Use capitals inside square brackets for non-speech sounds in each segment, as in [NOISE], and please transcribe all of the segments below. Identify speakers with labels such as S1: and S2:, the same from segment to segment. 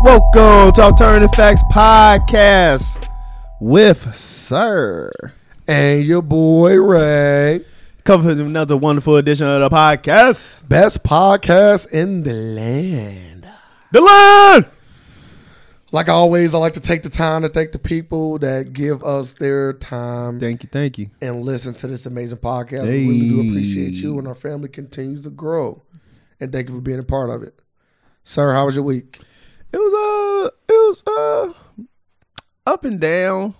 S1: Welcome to Alternative Facts Podcast with Sir.
S2: and your boy Ray.
S1: Come for another wonderful edition of the podcast.
S2: Best podcast in the land.
S1: Dylan!
S2: Like always, I like to take the time to thank the people that give us their time
S1: Thank you, thank you.
S2: and listen to this amazing podcast. We really do
S1: Hey.
S2: appreciate you, and our family continues to grow. And thank you for being a part of it. Sir, how was your week?
S1: It was uh it was uh up and down.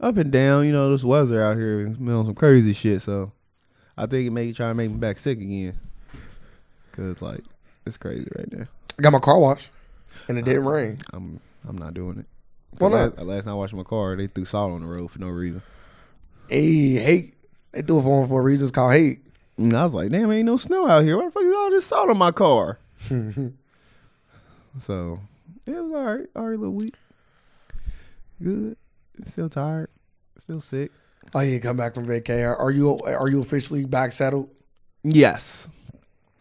S1: Up and down, you know, this weather out here is on some crazy shit, so I think it may try to make me back sick again. Cause like it's crazy right now.
S2: I got my car washed, and it didn't rain.
S1: I'm I'm not doing it.
S2: Why
S1: Last,
S2: not?
S1: last time I washed my car, they threw salt on the road for no reason.
S2: Hey, hate. They do it for, for a reason. It's called hate.
S1: And I was like, damn, ain't no snow out here. Why the fuck is all this salt on my car? so it was all right. All right, little week. Good. Still tired. Still sick.
S2: Oh, you come back from vacation. Are you are you officially back saddled?
S1: Yes.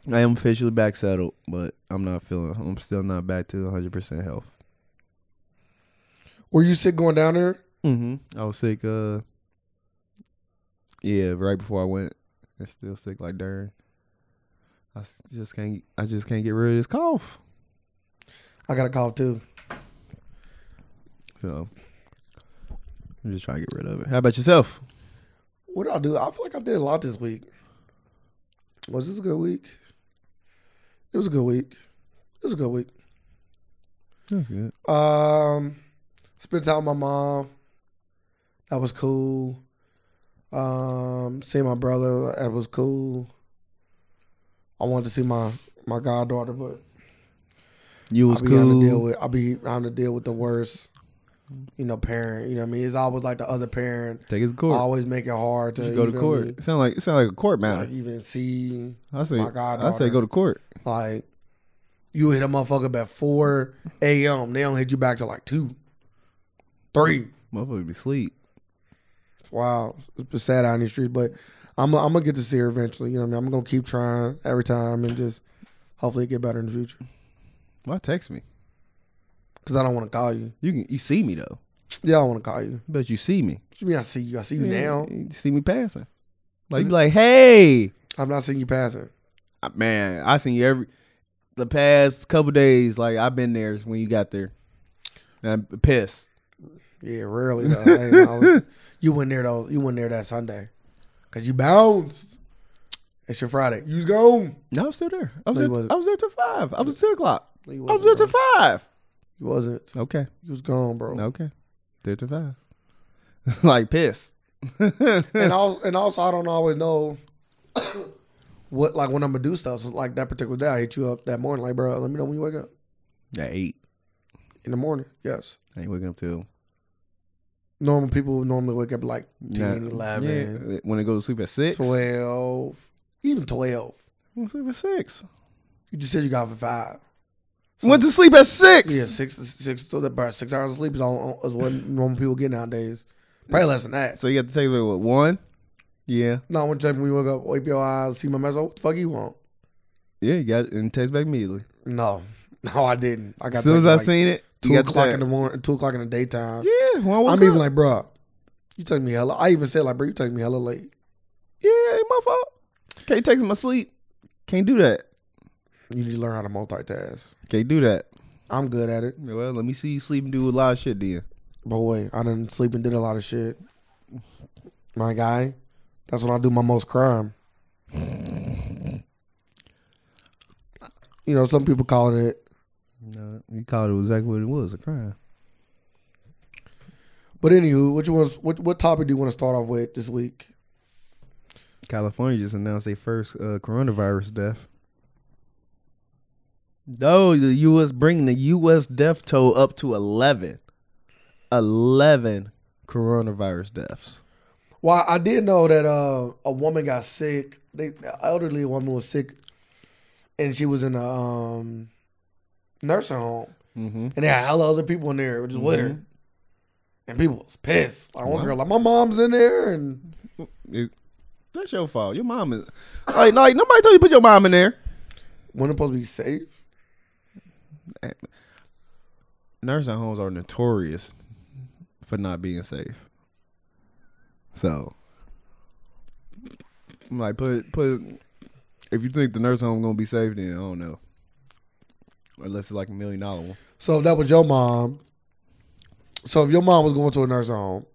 S1: I am officially back settled, but I'm not feeling I'm still not back to 100% health.
S2: Were you sick going down there?
S1: Mm-hmm. I was sick uh Yeah, right before I went. I'm still sick like during. I s- just can't I just can't get rid of this cough.
S2: I got a cough too.
S1: So I'm just trying to get rid of it. How about yourself?
S2: What did I do? I feel like I did a lot this week. Was this a good week? It was a good week. It was a good week.
S1: That's good.
S2: Um, spent time with my mom. That was cool. Um, seeing my brother. That was cool. I wanted to see my my goddaughter, but
S1: You was
S2: I be having to deal
S1: cool.
S2: with. I be having to deal with the worst. You know, parent. You know what I mean? It's always like the other parent.
S1: Take it to court.
S2: Always make it hard to
S1: You should go
S2: you
S1: to
S2: feel
S1: court.
S2: me?
S1: It sound like it sound like a court
S2: like
S1: matter.
S2: even see
S1: I say I
S2: my
S1: say
S2: goddaughter.
S1: go to court.
S2: like you hit a motherfucker at four a.m. They don't hit you back till like two, three.
S1: Motherfucker be asleep.
S2: It's wild. It's sad out in these streets, but I'm I'm gonna get to see her eventually. You know what I mean? I'm gonna keep trying every time and just hopefully get better in the future.
S1: Why text me?
S2: Cause I don't want to call you.
S1: You can you see me though.
S2: Yeah, I want to call you.
S1: But you see me.
S2: What you mean I see you? I see you now.
S1: You see me passing. Like you be like, hey.
S2: I'm not seeing you passing.
S1: Uh, man, I seen you every the past couple days. Like I've been there when you got there, and I'm pissed.
S2: Yeah, rarely though. I ain't always- [LAUGHS] you went there though. You went there that Sunday, cause you bounced. It's your Friday. You was gone.
S1: No, I was still there. I was,
S2: No, you
S1: there,
S2: wasn't.
S1: I was there till five. I was at two o'clock.
S2: No, you
S1: I was
S2: wasn't,
S1: there till
S2: bro.
S1: five.
S2: You wasn't.
S1: Okay,
S2: You was gone, bro.
S1: okay, there till five. [LAUGHS] like pissed.
S2: and also, and also, I don't always know [COUGHS] what like when I'm gonna do stuff. So like that particular day, I hit you up that morning, like, bro, let me know when you wake up
S1: At eight,
S2: in the morning. Yes,
S1: I ain't waking up till
S2: normal people would normally wake up like 10,
S1: nine-
S2: 11,
S1: Yeah, when I go to sleep at six,
S2: 12, even twelve.
S1: Went to sleep at six.
S2: You just said you got up at
S1: [LAUGHS]
S2: five.
S1: Went to sleep at six.
S2: Yeah, six, six, so that about six hours of sleep is all is what normal people get nowadays. Probably less than that.
S1: So you got to take me what one? Yeah,
S2: No, one time we woke up, wipe your eyes, see my message. What the fuck you want?
S1: yeah. You got it and text back immediately.
S2: No, [LAUGHS] no, I didn't. I got
S1: As soon as
S2: texted,
S1: I
S2: like,
S1: seen it, you
S2: two
S1: got the
S2: o'clock in
S1: text.
S2: the morning, two o'clock in the daytime.
S1: Yeah, when I woke
S2: I'm
S1: up.
S2: even like, bro, you taking me hella. I even said like, bro, you taking me hella late.
S1: Yeah, ain't my fault. Can't text in my sleep. Can't do that.
S2: You need to learn how to multitask.
S1: Can't do that.
S2: I'm good at it,
S1: Well, let me see you sleep and do a lot of shit then.
S2: boy. I done sleep and did a lot of shit. My guy, that's when I do my most crime. You know, some people call it it,
S1: No, you called it exactly what it was, a crime.
S2: but anywho, what you want? What what topic do you want to start off with this week?
S1: California just announced their first uh, coronavirus death. Though the U.S. bringing the U.S. death toll up to 11. 11 coronavirus deaths.
S2: Well, I did know that uh, a woman got sick. They, the elderly woman was sick, and she was in a um, nursing home,
S1: Mm-hmm.
S2: and they had hella other people in there just with her, and people was pissed. Like one
S1: Wow.
S2: girl, like my mom's in there, and
S1: that's your fault. Your mom is like, like nobody told you to put your mom in there.
S2: wasn't supposed to be safe.
S1: nursing homes are notorious for not being safe. So I'm like put put if you think the nursing home gonna be safe, then I don't know. Unless it's like a million dollar one.
S2: So if that was your mom. So if your mom was going to a nursing home,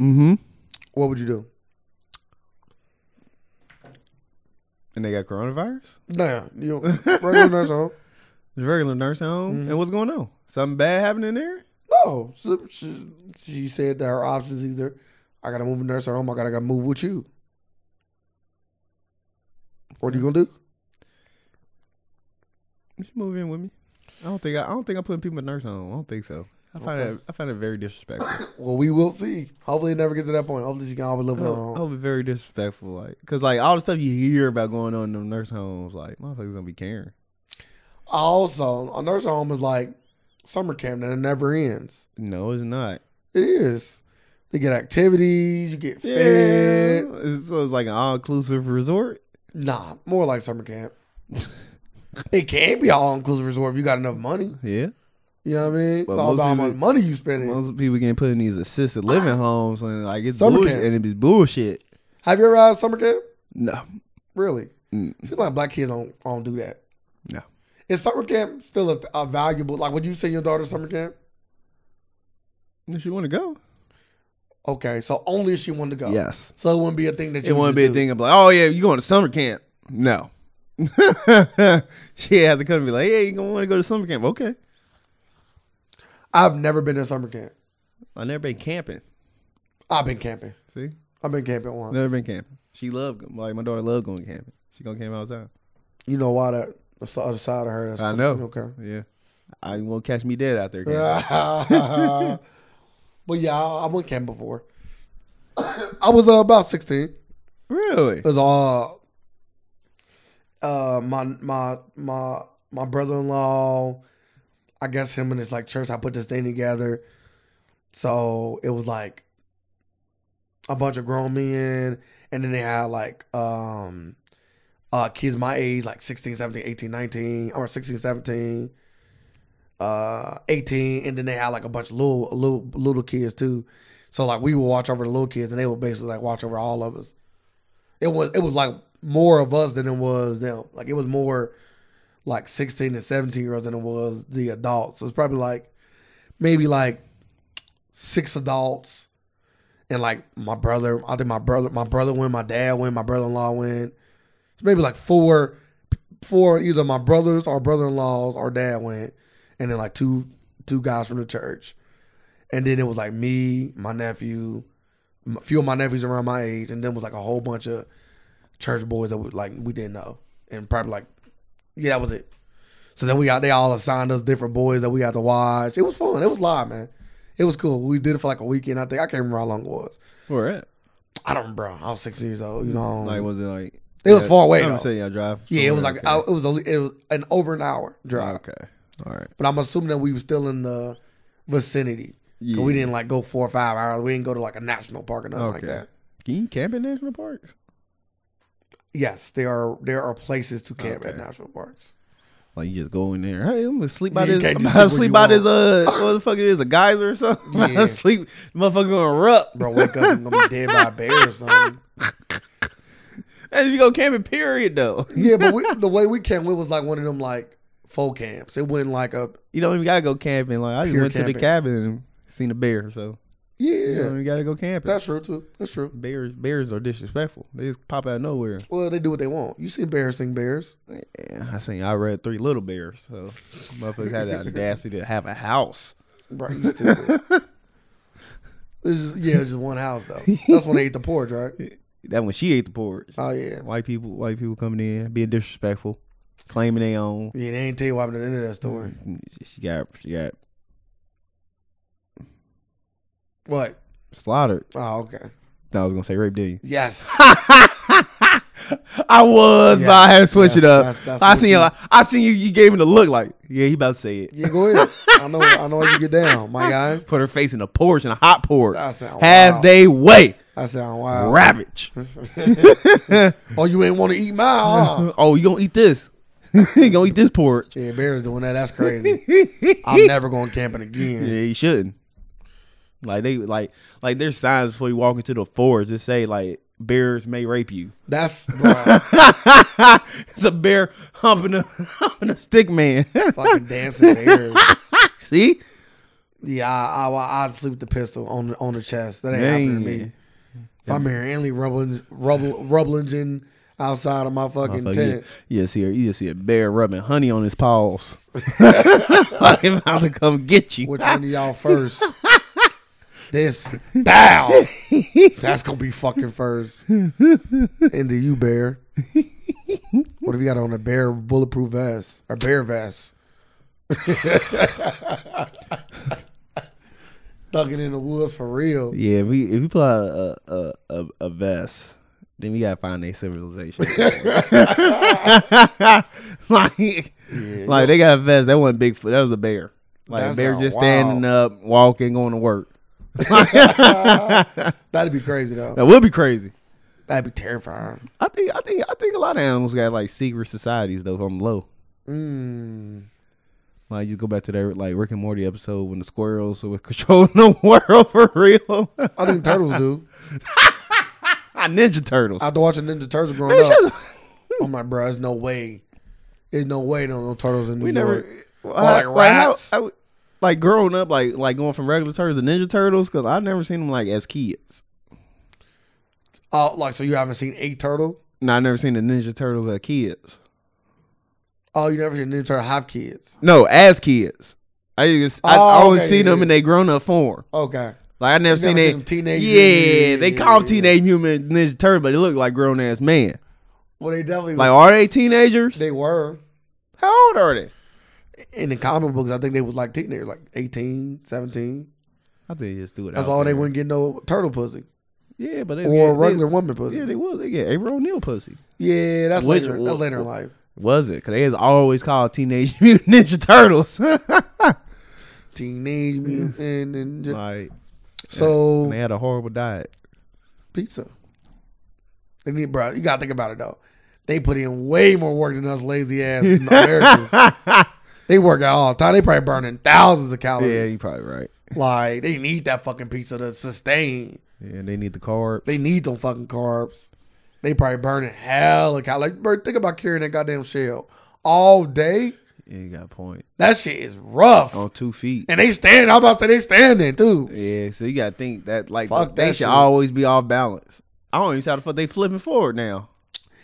S1: Mm-hmm.
S2: what would you do?
S1: And they got coronavirus?
S2: Nah, you regular nursing home.
S1: The regular nursing home?
S2: Mhm.
S1: And what's going on? Something bad happening there?
S2: No, she, she, she said that her options either I gotta move to nursing home, I gotta gotta move with you. What are you gonna do?
S1: You should move in with me. I don't think I, I don't think I'm putting people in nursing home. I don't think so. I find
S2: Okay.
S1: it I find it very disrespectful.
S2: Well, we will see. Hopefully, it never get to that point. Hopefully, she can always live in her
S1: Oh,
S2: home.
S1: oh, very disrespectful, like, cause like all the stuff you hear about going on in them nurse homes, like motherfuckers gonna be caring.
S2: Also, a nursing home is like summer camp that it never ends.
S1: No, it's not.
S2: It is. You get activities, you get
S1: Yeah,
S2: fed.
S1: It's- so it's like an all inclusive resort.
S2: Nah, more like summer camp. [LAUGHS] it can be all inclusive resort if you got enough money.
S1: Yeah,
S2: You know what I mean? It's
S1: But
S2: all
S1: most
S2: about how
S1: people-
S2: much money you spending.
S1: most people getting put in these assisted living homes, and like it's
S2: Summer
S1: bullshit,
S2: camp.
S1: and it be bullshit.
S2: Have you ever had summer camp?
S1: No,
S2: Really?
S1: Mm.
S2: Seems like black kids don't don't do that.
S1: No.
S2: Is summer camp still a, a valuable? Like, would you say your daughter's summer camp?
S1: if you want to go,
S2: Okay, so only if she wanted to go.
S1: yes,
S2: So it wouldn't be a thing that you.
S1: it
S2: would
S1: Oh. wouldn't be
S2: just
S1: a thing of like, oh yeah, you going to summer camp? No, [LAUGHS] she had to come and be like, yeah, you gonna want to go to summer camp? Okay,
S2: do. I've never been to summer camp.
S1: I never been camping.
S2: I've been camping.
S1: See.
S2: I've been camping once.
S1: Never been camping. She loved like my daughter loved going camping. She gonna camp all the time.
S2: You know why that? That's the other side of her. That's
S1: I know.
S2: Oh,
S1: [LAUGHS]
S2: Okay. [LAUGHS]
S1: Yeah, I you won't catch me dead out there. Camping.
S2: but yeah, I, I went camping before. [COUGHS] I was uh, about sixteen.
S1: Really?
S2: It was all uh my my my my brother in law, I guess him and his like church, I put this thing together. So it was like a bunch of grown men and then they had like um uh kids my age, like 16, 17, 18, 19, or 16, 17, uh 18, and then they had like a bunch of little little little kids too. So like we would watch over the little kids and they would basically like watch over all of us it was it was like more of us than it was them. Like it was more like sixteen and seventeen year olds than it was the adults. So it's probably like maybe like six adults and like my brother. I think my brother my brother went, my dad went, my brother in law went. It's maybe like four four either my brothers or brother in laws or dad went, and then like two two guys from the church. And then it was like me, my nephew, a few of my nephews around my age, and then was like a whole bunch of church boys that we like we didn't know, and probably like, yeah, that was it. So then we got they all assigned us different boys that we had to watch. It was fun. It was live, man. It was cool. We did it for like a weekend. I think I can't remember how long it was.
S1: Where at?
S2: I don't remember. I was sixteen years old. You know,
S1: Like was it like?
S2: It was far away,
S1: I'm
S2: though.
S1: gonna say y'all drive.
S2: yeah, it was like
S1: somewhere,
S2: I, it was a, it was an over an hour
S1: okay.
S2: drive.
S1: okay. All right.
S2: But I'm assuming that we were still in the vicinity. 'Cause
S1: Yeah.
S2: We didn't like go four or five hours. We didn't go to like a national park or nothing like
S1: Okay.
S2: that.
S1: Can you camp in national parks?
S2: Yes, there are there are places to camp at
S1: Okay.
S2: national parks.
S1: Like you just go in there. Hey, I'm gonna sleep by
S2: Yeah, you
S1: this.
S2: can't
S1: I'm
S2: just
S1: gonna
S2: sleep
S1: sleep
S2: where
S1: by
S2: you
S1: this. Uh, what
S2: [LAUGHS]
S1: the fuck it is? A geyser or something? [LAUGHS] I'm
S2: Yeah.
S1: gonna sleep. Motherfucker gonna erupt.
S2: Bro, wake up and gonna be dead by a bear or something.
S1: And if you go camping, period though. [LAUGHS]
S2: Yeah, but we, the way we camped, it was like one of them like full camps. It wasn't like a
S1: You don't even gotta go camping. Like I just
S2: Pure
S1: went to
S2: camping.
S1: the cabin and seen a bear. So
S2: yeah.
S1: you don't even gotta go camping.
S2: That's true too. That's true.
S1: bears bears are disrespectful. They just pop out of nowhere.
S2: Well, they do what they want. You see embarrassing bears.
S1: Yeah, I seen I read Three Little Bears, so motherfuckers had the audacity to have a house.
S2: Bro, you stupid. this is, yeah, it's just one house though. That's when they ate the porridge, right?
S1: That when she ate the porridge.
S2: Oh yeah.
S1: White people white people coming in, being disrespectful, claiming they own.
S2: Yeah, they ain't tell you what happened at the end of that story.
S1: She got she got
S2: What?
S1: slaughtered.
S2: Oh, okay.
S1: I was gonna say rape, did you? [LAUGHS]
S2: Yes.
S1: I was, but I had to switch
S2: Yes,
S1: it up.
S2: that's- that's
S1: I
S2: what
S1: seen
S2: you-
S1: you. I seen you. You gave him the look like, yeah, he about to say it.
S2: Yeah, go ahead. I know I know how you get down, my guy.
S1: Put her face in a porch in a hot porch,
S2: That sound
S1: half
S2: wild.
S1: day way,
S2: That sound wild.
S1: ravage.
S2: Oh, you ain't want to eat mine, huh?
S1: [LAUGHS] oh, you gonna eat this? [LAUGHS] he gonna eat this porch.
S2: Yeah, Bears doing that. That's crazy. I'm
S1: yeah,
S2: never going camping again.
S1: he shouldn't. Like they like like there's signs before you walk into the forest that say like bears may rape you. [LAUGHS]
S2: That's bro,
S1: it's a bear humping a [LAUGHS] humping a stick man. [LAUGHS]
S2: fucking dancing in the air.
S1: See?
S2: Yeah, I, I I'd sleep the pistol on the on the chest. That ain't happening to me.
S1: Man.
S2: If I'm hearing any rubbling rubble rubbling outside of my fucking
S1: Fuck yeah.
S2: tent,
S1: You just see a, you just see a bear rubbing honey on his paws. [LAUGHS] Fucking about to come get you.
S2: which one of y'all first? this bow. That's gonna be fucking first. Into you, bear. What if you got on a bear bulletproof vest or bear vest? [LAUGHS] Thugging in the woods for real.
S1: Yeah, if we if we pull out a a, a, a vest, then we gotta find a
S2: [LAUGHS]
S1: civilization. like, like they got a vest. That wasn't big. That was a bear. Like
S2: That's
S1: a bear
S2: a-
S1: just
S2: wow.
S1: standing up, walking, going to work.
S2: That'd be crazy though.
S1: That would be crazy.
S2: That'd be terrifying.
S1: I think I think I think a lot of animals got like secret societies though. If I'm low,
S2: Mm.
S1: like you go back to that like Rick and Morty episode when the squirrels were [LAUGHS] controlling the world for real. [LAUGHS]
S2: I think turtles do.
S1: Ninja Turtles.
S2: After watching Ninja Turtles growing
S1: Man, shut
S2: up,
S1: the-
S2: I'm like, bro, there's no way. There's no way no no turtles in New
S1: We never
S2: York.
S1: well,
S2: like
S1: how-
S2: rats?
S1: Like, how- how- like, growing up, like like going from regular turtles to Ninja Turtles, because I've never seen them like as kids.
S2: Oh, like so you haven't seen a turtle?
S1: No, I never seen the Ninja Turtles as kids.
S2: Oh, you never seen Ninja Turtle have kids?
S1: No, as kids. I just, I
S2: Oh,
S1: always
S2: okay,
S1: seen
S2: yeah,
S1: them
S2: yeah.
S1: in their grown up form.
S2: Okay,
S1: Like I never,
S2: never
S1: seen,
S2: seen
S1: they
S2: them teenage-
S1: Yeah,
S2: yeah, yeah,
S1: they
S2: yeah,
S1: call
S2: yeah.
S1: teenage human Ninja Turtle, but they look like grown ass man.
S2: well they definitely
S1: Like are they teenagers?
S2: they were
S1: How old are they?
S2: in the comic books. I think they was like teenagers, like 18, 17.
S1: I think they just do it.
S2: That's
S1: out
S2: all they
S1: there.
S2: wouldn't get no turtle pussy
S1: Yeah, but they
S2: or
S1: get,
S2: regular
S1: They,
S2: woman pussy.
S1: yeah,
S2: Yeah,
S1: they was. They get April O'Neil pussy.
S2: that's
S1: Which-
S2: later. That's later in life.
S1: Was it? Because they is always called Teenage [LAUGHS] Mutant Ninja Turtles. [LAUGHS]
S2: Teenage mutant and just,
S1: like,
S2: so
S1: and they had a horrible
S2: [LAUGHS]
S1: diet.
S2: pizza. They need, bro. You gotta think about it though. They put in way more work than us lazy
S1: [LAUGHS]
S2: ass Americans. Oh, They work out all the time. They probably burning thousands of
S1: yeah,
S2: calories.
S1: you're probably right.
S2: Like they need that fucking pizza to sustain.
S1: Yeah, they need the carb.
S2: They need them fucking carbs. They probably burning hell of calories. Like, bro, think about carrying that goddamn shell all day.
S1: Yeah, you got a point.
S2: That shit is rough.
S1: On two feet.
S2: And they stand. I'm about to say they standing too.
S1: Yeah, so you got to think that, like,
S2: Fuck
S1: they
S2: that
S1: should
S2: shit.
S1: always be off balance. I don't even see how the fuck they flipping forward now.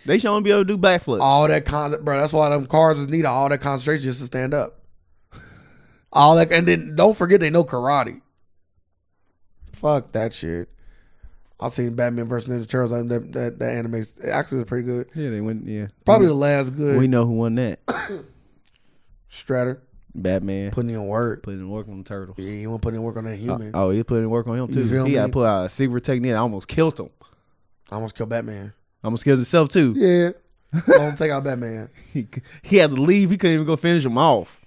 S1: They should only be able to do backflips.
S2: All that con, bro. That's why them cars is needed. All that concentration just to stand up. All that, and then don't forget they know karate. Fuck that shit. I seen Batman versus Ninja Turtles. and That that, that anime it actually was pretty good.
S1: yeah, they went, yeah.
S2: Probably the last
S1: We,
S2: good
S1: we know who won that.
S2: Stratter
S1: Batman.
S2: putting in work.
S1: Putting work on the turtles.
S2: Yeah, you want to put in work on that human.
S1: Oh, he putting work on him,
S2: You
S1: too.
S2: feel
S1: He got to
S2: me?
S1: put out a secret technique that almost killed him.
S2: I almost killed Batman.
S1: Almost killed himself, too.
S2: Yeah, don't take out Batman.
S1: He, he had to leave. He couldn't even go finish him off.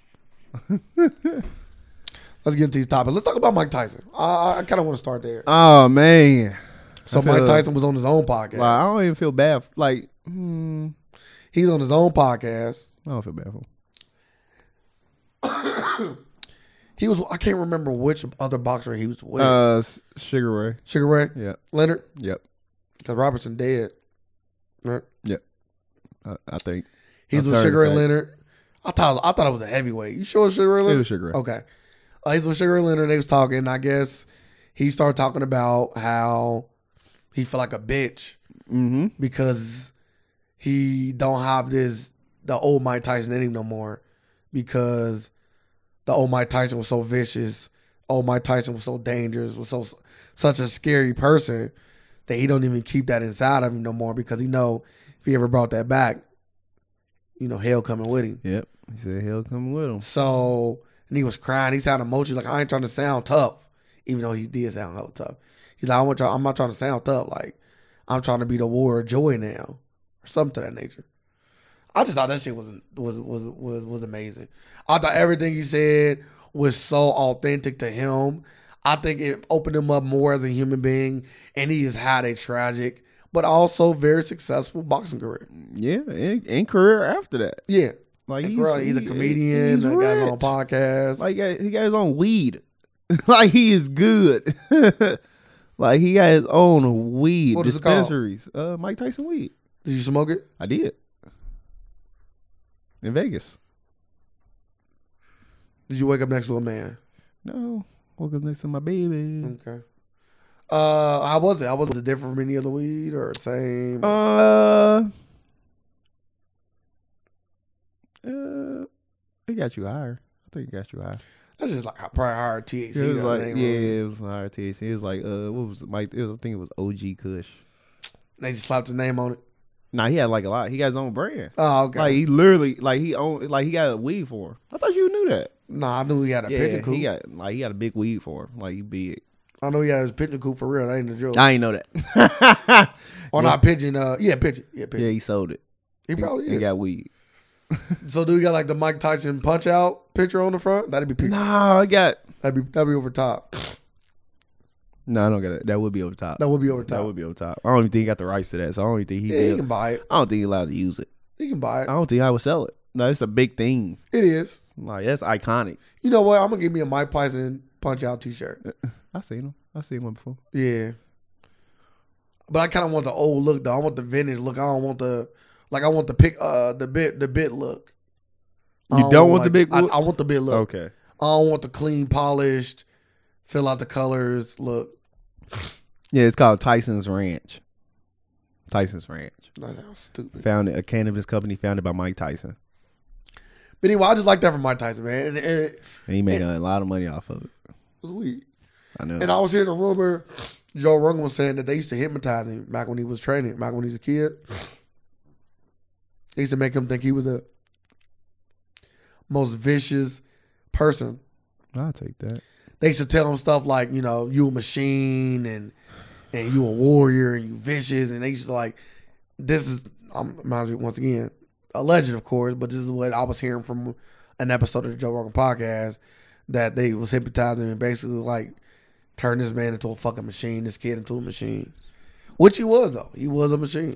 S2: Let's get into these topics. Let's talk about Mike Tyson. I, I kind of want to start there.
S1: Oh, man.
S2: So
S1: I feel-
S2: Mike Tyson was on his own podcast.
S1: Like, I don't even feel bad. f- Like, mm,
S2: He's on his own podcast.
S1: I don't feel bad for him.
S2: He was. I can't remember which other boxer he was with.
S1: Uh, S- Sugar Ray.
S2: Sugar Ray
S1: Yeah.
S2: Leonard.
S1: Yep.
S2: Because Robertson dead. Right?
S1: I, I think
S2: He's
S1: I'm
S2: with
S1: sorry,
S2: Sugar Ray
S1: but-
S2: Leonard. I thought I thought it was a heavyweight. You sure it's Sugar Ray
S1: it
S2: Leonard?
S1: was Sugar Ray.
S2: Okay. Uh, he's with Sugar Ray Leonard. They was talking. I guess he started talking about how he felt like a bitch
S1: Mm-hmm.
S2: because he don't have this the old Mike Tyson in him no more because the old Mike Tyson was so vicious. Old Mike Tyson was so dangerous. Was so such a scary person that he don't even keep that inside of him no more because he know if he ever brought that back, you know hell coming with him.
S1: Yep. He said he'll come with him.
S2: So and he was crying. He sounded emotional. He's Like I ain't trying to sound tough, even though he did sound hella tough. He's like I want try, I'm not trying to sound tough. Like I'm trying to be the war of joy now, or something to that nature. I just thought that shit was was was was was amazing. I thought everything he said was so authentic to him. I think it opened him up more as a human being, and he has had a tragic but also very successful boxing career.
S1: Yeah, and, and career after that.
S2: Yeah,
S1: Like
S2: Nick Carter, he's a
S1: he-
S2: comedian.
S1: He's
S2: that got his own
S1: rich.
S2: podcast.
S1: Like yeah, he got his own weed. [LAUGHS] like he is good. [LAUGHS] like he got his own weed
S2: What is it called?
S1: dispensaries. Uh, Mike Tyson weed.
S2: Did you smoke it?
S1: I did in Vegas.
S2: Did you wake up next to a man?
S1: No, woke up next to my baby.
S2: Okay. Uh, how was it? How was it different from any other weed or same?
S1: Uh, uh, it got you higher. I think it got you higher.
S2: That's just like probably higher THC.
S1: It was
S2: though,
S1: like
S2: it
S1: yeah,
S2: ain't really-
S1: it was higher THC. It was like uh, what was it? Mike? It was, I think it was OG Kush.
S2: They just slapped the name on it.
S1: Nah, he had like a lot. He got his own brand.
S2: Oh, okay.
S1: Like he literally, like he own, like he got a weed for him. I thought you knew that.
S2: nah, I knew he had a
S1: yeah,
S2: pinnacle.
S1: he got like he got a big weed for him. Like he big.
S2: I know he had his pinnacle for real. That ain't a joke.
S1: I ain't know that.
S2: or not pigeon. Uh, yeah, pigeon. Yeah,
S1: [LAUGHS]
S2: pigeon.
S1: yeah, he sold it.
S2: He probably
S1: he
S2: is.
S1: got weed.
S2: so do you got like the Mike Tyson punch out picture on the front? That'd be pe-
S1: Nah, I got.
S2: that'd be that'd be
S1: [SNIFFS]
S2: over top.
S1: No, I don't got it. That would be over top.
S2: That would be over top.
S1: That would be over top. I don't even think he got the rights to that. So I don't even think he.
S2: yeah, he
S1: did.
S2: can buy it.
S1: I don't think he allowed to use it.
S2: He can buy it.
S1: I don't think I would sell it. No, it's a big thing.
S2: It is.
S1: Like that's iconic.
S2: You know what? I'm gonna give me a Mike Tyson punch out T-shirt.
S1: I seen him. I seen one before.
S2: Yeah. But I kind of want the old look though. I want the vintage look. I don't want the like. I want the pick uh the bit the bit look. I
S1: You don't want
S2: like-
S1: the big
S2: I,
S1: look?
S2: I want the bit look.
S1: Okay.
S2: I don't want the clean polished, fill out the colors look.
S1: Yeah, it's called Tyson's Ranch. Tyson's Ranch.
S2: That sounds stupid.
S1: Founded a cannabis company founded by Mike Tyson.
S2: But anyway, I just like that from Mike Tyson, man. And, and it
S1: And he made a lot of money off of it.
S2: was weird.
S1: I know.
S2: And I was hearing a rumor. Joe Rogan was saying that they used to hypnotize him back when he was training, back when he was a kid. They used to make him think he was the most vicious person.
S1: I'll take that.
S2: They used to tell him stuff like, you know, you a machine and and you a warrior and you vicious. And they used to like, this is, I'm reminds me once again, a legend, of course, but this is what I was hearing from an episode of the Joe Rogan podcast that they was hypnotizing and basically like turn this man into a fucking machine, this kid into a machine. Which he was though. He was a machine.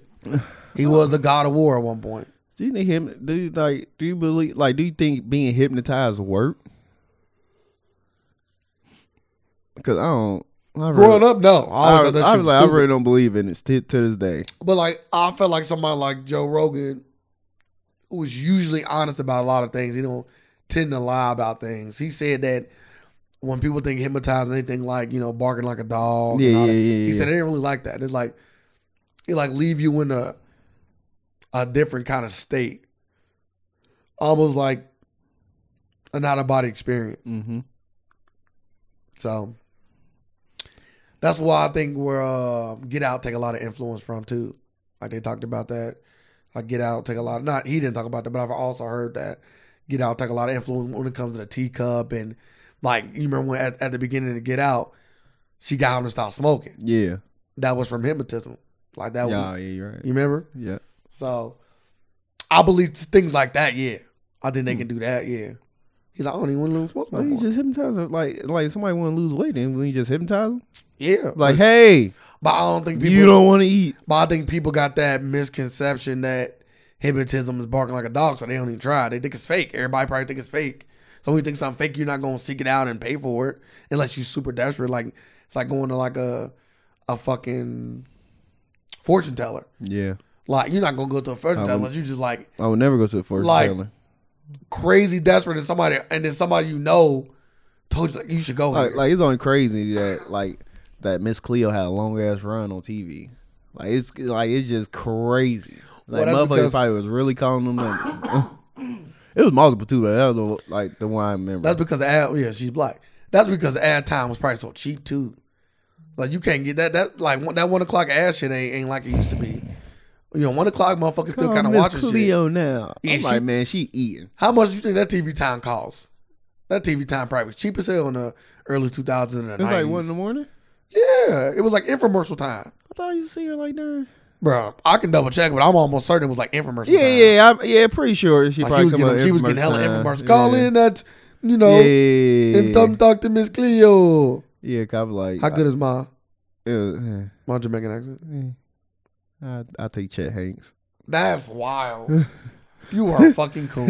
S2: He was the god of war at one point.
S1: Do you think him do you like do you believe like do you think being hypnotized work? Cause I don't I really,
S2: Growing up, no.
S1: I,
S2: I always thought that
S1: I was
S2: shit was
S1: like, I
S2: stupid.
S1: really don't believe in it to, to this day.
S2: But like I felt like somebody like Joe Rogan who was usually honest about a lot of things. He don't tend to lie about things. He said that when people think hypnotizing anything like, you know, barking like a dog. and
S1: Yeah,
S2: all that,
S1: yeah, yeah,
S2: He
S1: yeah.
S2: said they didn't really like that. It's like it like leave you in a a different kind of state. Almost like an out of body experience.
S1: Mm-hmm.
S2: So that's why I think we're uh, Get Out take a lot of influence from too. Like they talked about that. Like Get Out take a lot. Not he didn't talk about that, but I've also heard that Get Out take a lot of influence when it comes to the teacup and like you remember when at, at the beginning of Get Out, she got him to stop smoking.
S1: Yeah.
S2: That was from hypnotism. Like that
S1: Yeah,
S2: was
S1: yeah, you're right.
S2: you remember?
S1: Yeah.
S2: So I believe things like that. Yeah, I think they can do that. Yeah. He's like, I don't even want to lose smoke. no
S1: Hmm. Well, you
S2: more."
S1: just hypnotize them. Like like somebody wanna lose weight and we just hypnotize them.
S2: yeah,
S1: Like, hey,
S2: but I don't think people
S1: you don't wanna eat.
S2: But I think people got that misconception that hypnotism is barking like a dog, so they don't even try. They think it's fake. Everybody probably think it's fake. So when you think something fake, you're not gonna seek it out and pay for it unless you're super desperate. Like it's like going to like a a fucking fortune teller.
S1: Yeah.
S2: Like you're not gonna go to a fortune
S1: I
S2: teller
S1: would-
S2: unless you just like
S1: I would never go to the fortune
S2: Like-
S1: teller.
S2: crazy desperate and somebody and then somebody you know told you like you should go
S1: Like,
S2: here.
S1: like it's only crazy that like that Miss Cleo had a long ass run on TV. Like it's like it's just crazy. Like
S2: Well, that's
S1: motherfuckers
S2: because-
S1: probably was really calling them numbers. [LAUGHS] it was multiple too, but that was the, like the one I remember.
S2: That's because the ad. Yeah, she's black. That's because the ad time was probably so cheap too. Like you can't get that. That like one, that one o'clock ad shit ain't, ain't like it used to be. You know, one o'clock motherfuckers still
S1: Oh,
S2: kind of
S1: Miss
S2: watching shit.
S1: Cleo now.
S2: Yeah,
S1: I'm
S2: she-
S1: like, man, she eating.
S2: How much do you think that TV time costs? That TV time probably was cheap as hell in the early 2000s and the
S1: It's
S2: 90s.
S1: like one in the morning.
S2: yeah, it was like infomercial time,
S1: I thought you see her like during.
S2: bro. I can double check, but I'm almost certain it was like infomercial.
S1: Yeah,
S2: time.
S1: yeah, I, yeah. Pretty sure she
S2: Like she
S1: probably
S2: was
S1: come up
S2: getting, she was
S1: infomercial
S2: getting hella
S1: time.
S2: infomercial. Call
S1: yeah.
S2: in that, you know,
S1: Yeah,
S2: and come talk to Miss Cleo.
S1: yeah. Cause I'm like,
S2: How good is my
S1: I, it was- eh,
S2: my Jamaican accent? [LAUGHS]
S1: eh. I, I take Chet Hanks. [LAUGHS]
S2: That's wild. You are fucking cool.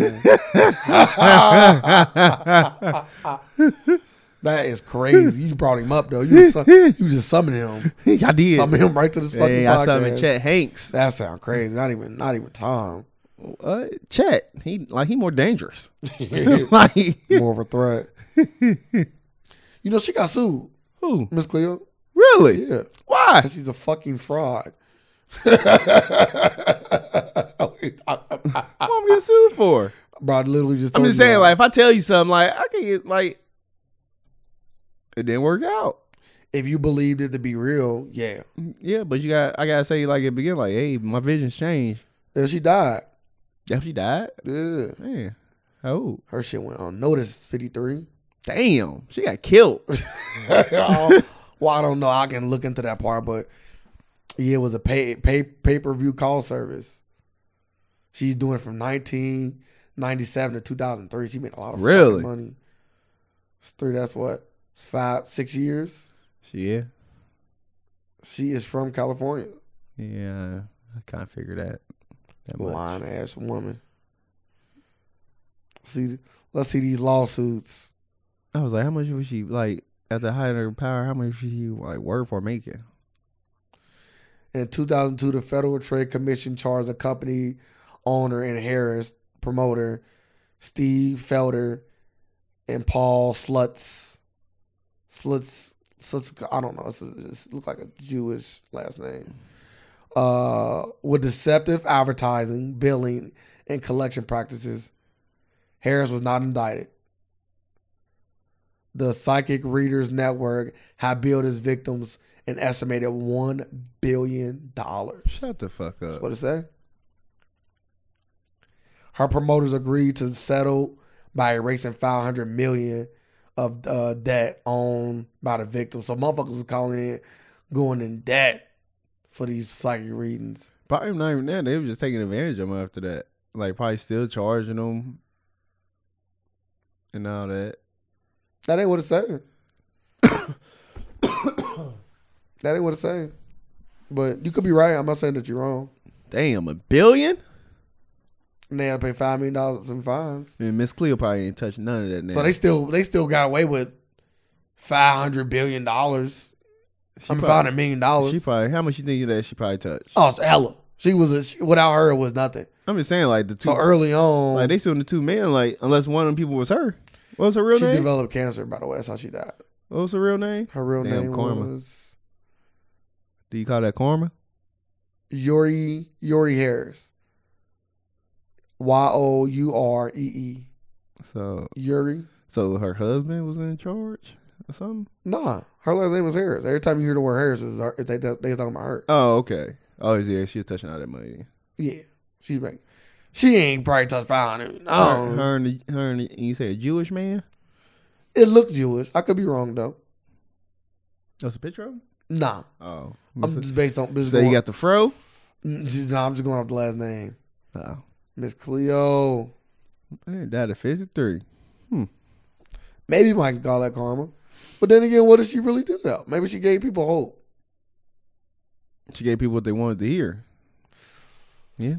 S2: That is crazy. You brought him up though. You just, you just summoned him.
S1: I did.
S2: Summon him right to this fucking
S1: Hey, I
S2: podcast.
S1: saw him in Chet Hanks.
S2: That sound crazy. Not even not
S1: [LAUGHS]
S2: even Tom.
S1: Uh, Chet, he like he more
S2: [LAUGHS]
S1: dangerous. [LAUGHS] like
S2: More of a threat. you know she got sued,
S1: who?
S2: Miss Cleo.
S1: Really?
S2: Yeah,
S1: Why?
S2: 'cause she's a fucking fraud. [LAUGHS]
S1: What am I getting sued for?
S2: Bro, I literally just.
S1: I'm
S2: told
S1: just
S2: you
S1: saying,
S2: that.
S1: like, if I tell you something, like, I can get like, it didn't work out.
S2: if you believed it to be real, yeah.
S1: Yeah, but you got, I gotta say, like, at the beginning, like, hey, my vision's changed.
S2: Yeah, she died.
S1: Yeah, she died.
S2: Yeah,
S1: Man, oh,
S2: her shit went unnoticed. Fifty three.
S1: damn, she got killed. [LAUGHS]
S2: [LAUGHS] well, I don't know. I can look into that part, but yeah, it was a pay pay pay per view call service. She's doing it from nineteen ninety seven to two thousand three. She made a lot of fucking
S1: Really?
S2: money. It's three. That's what it's five six years.
S1: yeah,
S2: She is from California.
S1: yeah, I kind of figured that. That much.
S2: Lying ass woman. See, let's see these lawsuits.
S1: I was like, how much was she like at the height of her power? How much was she like worth for making?
S2: In 2002, the Federal Trade Commission charged the company owner and Harris promoter Steve Felder and Paul Slutz. Slutz, Slutz I don't know. It's it's- it looks like a Jewish last name. Uh, with deceptive advertising, billing, and collection practices, Harris was not indicted. The Psychic Readers Network had billed its victims an estimated one billion dollars.
S1: Shut the fuck up.
S2: What it say? Her promoters agreed to settle by erasing five hundred million of uh, debt owned by the victim. So motherfuckers is calling in, going in debt for these psychic readings.
S1: Probably not even that. They were just taking advantage of them after that. Like probably still charging them and all that.
S2: That ain't what it said. [COUGHS] that ain't what it said. But you could be right. I'm not saying that you're wrong.
S1: Damn, a billion?
S2: And they had to pay five million dollars in fines.
S1: And Miss Cleo probably ain't touched none of that now.
S2: So they still they still got away with five hundred billion dollars.
S1: she
S2: I mean,
S1: probably,
S2: five hundred million dollars.
S1: She probably how much you think that she probably touched?
S2: Oh, it's hella. She was a, she, without her, it was nothing.
S1: I'm just saying, like the two
S2: So early on,
S1: like they suing the two men, like unless one of them people was her. What was her real
S2: she
S1: name?
S2: developed cancer. By the way, that's how she died.
S1: what was her real name?
S2: Her real
S1: Damn
S2: name
S1: karma.
S2: was
S1: Do you call that karma?
S2: Yuri Yuri Harris. Y o u r e e
S1: So
S2: Yuri.
S1: so her husband was in charge or something?
S2: Nah, her last name was Harris. Every time you hear the word Harris, it's her- they they they talking about her.
S1: Oh, okay. Oh yeah, she was touching all that money.
S2: Yeah, she's like, she ain't probably touched five hundred. Oh,
S1: Her, her and the, her and, the, and you say a Jewish man?
S2: It looked Jewish. I could be wrong though.
S1: That's a picture of him?
S2: Nah,
S1: Oh.
S2: I'm just based on. Just
S1: so you
S2: going,
S1: got the fro?
S2: Mm, just- nah, I'm just going off the last name.
S1: Oh.
S2: Miss Cleo.
S1: Man, died at 53.
S2: Maybe Mike can call that karma. But then again, what did she really do though? Maybe she gave people hope.
S1: She gave people what they wanted to hear. Yeah.
S2: You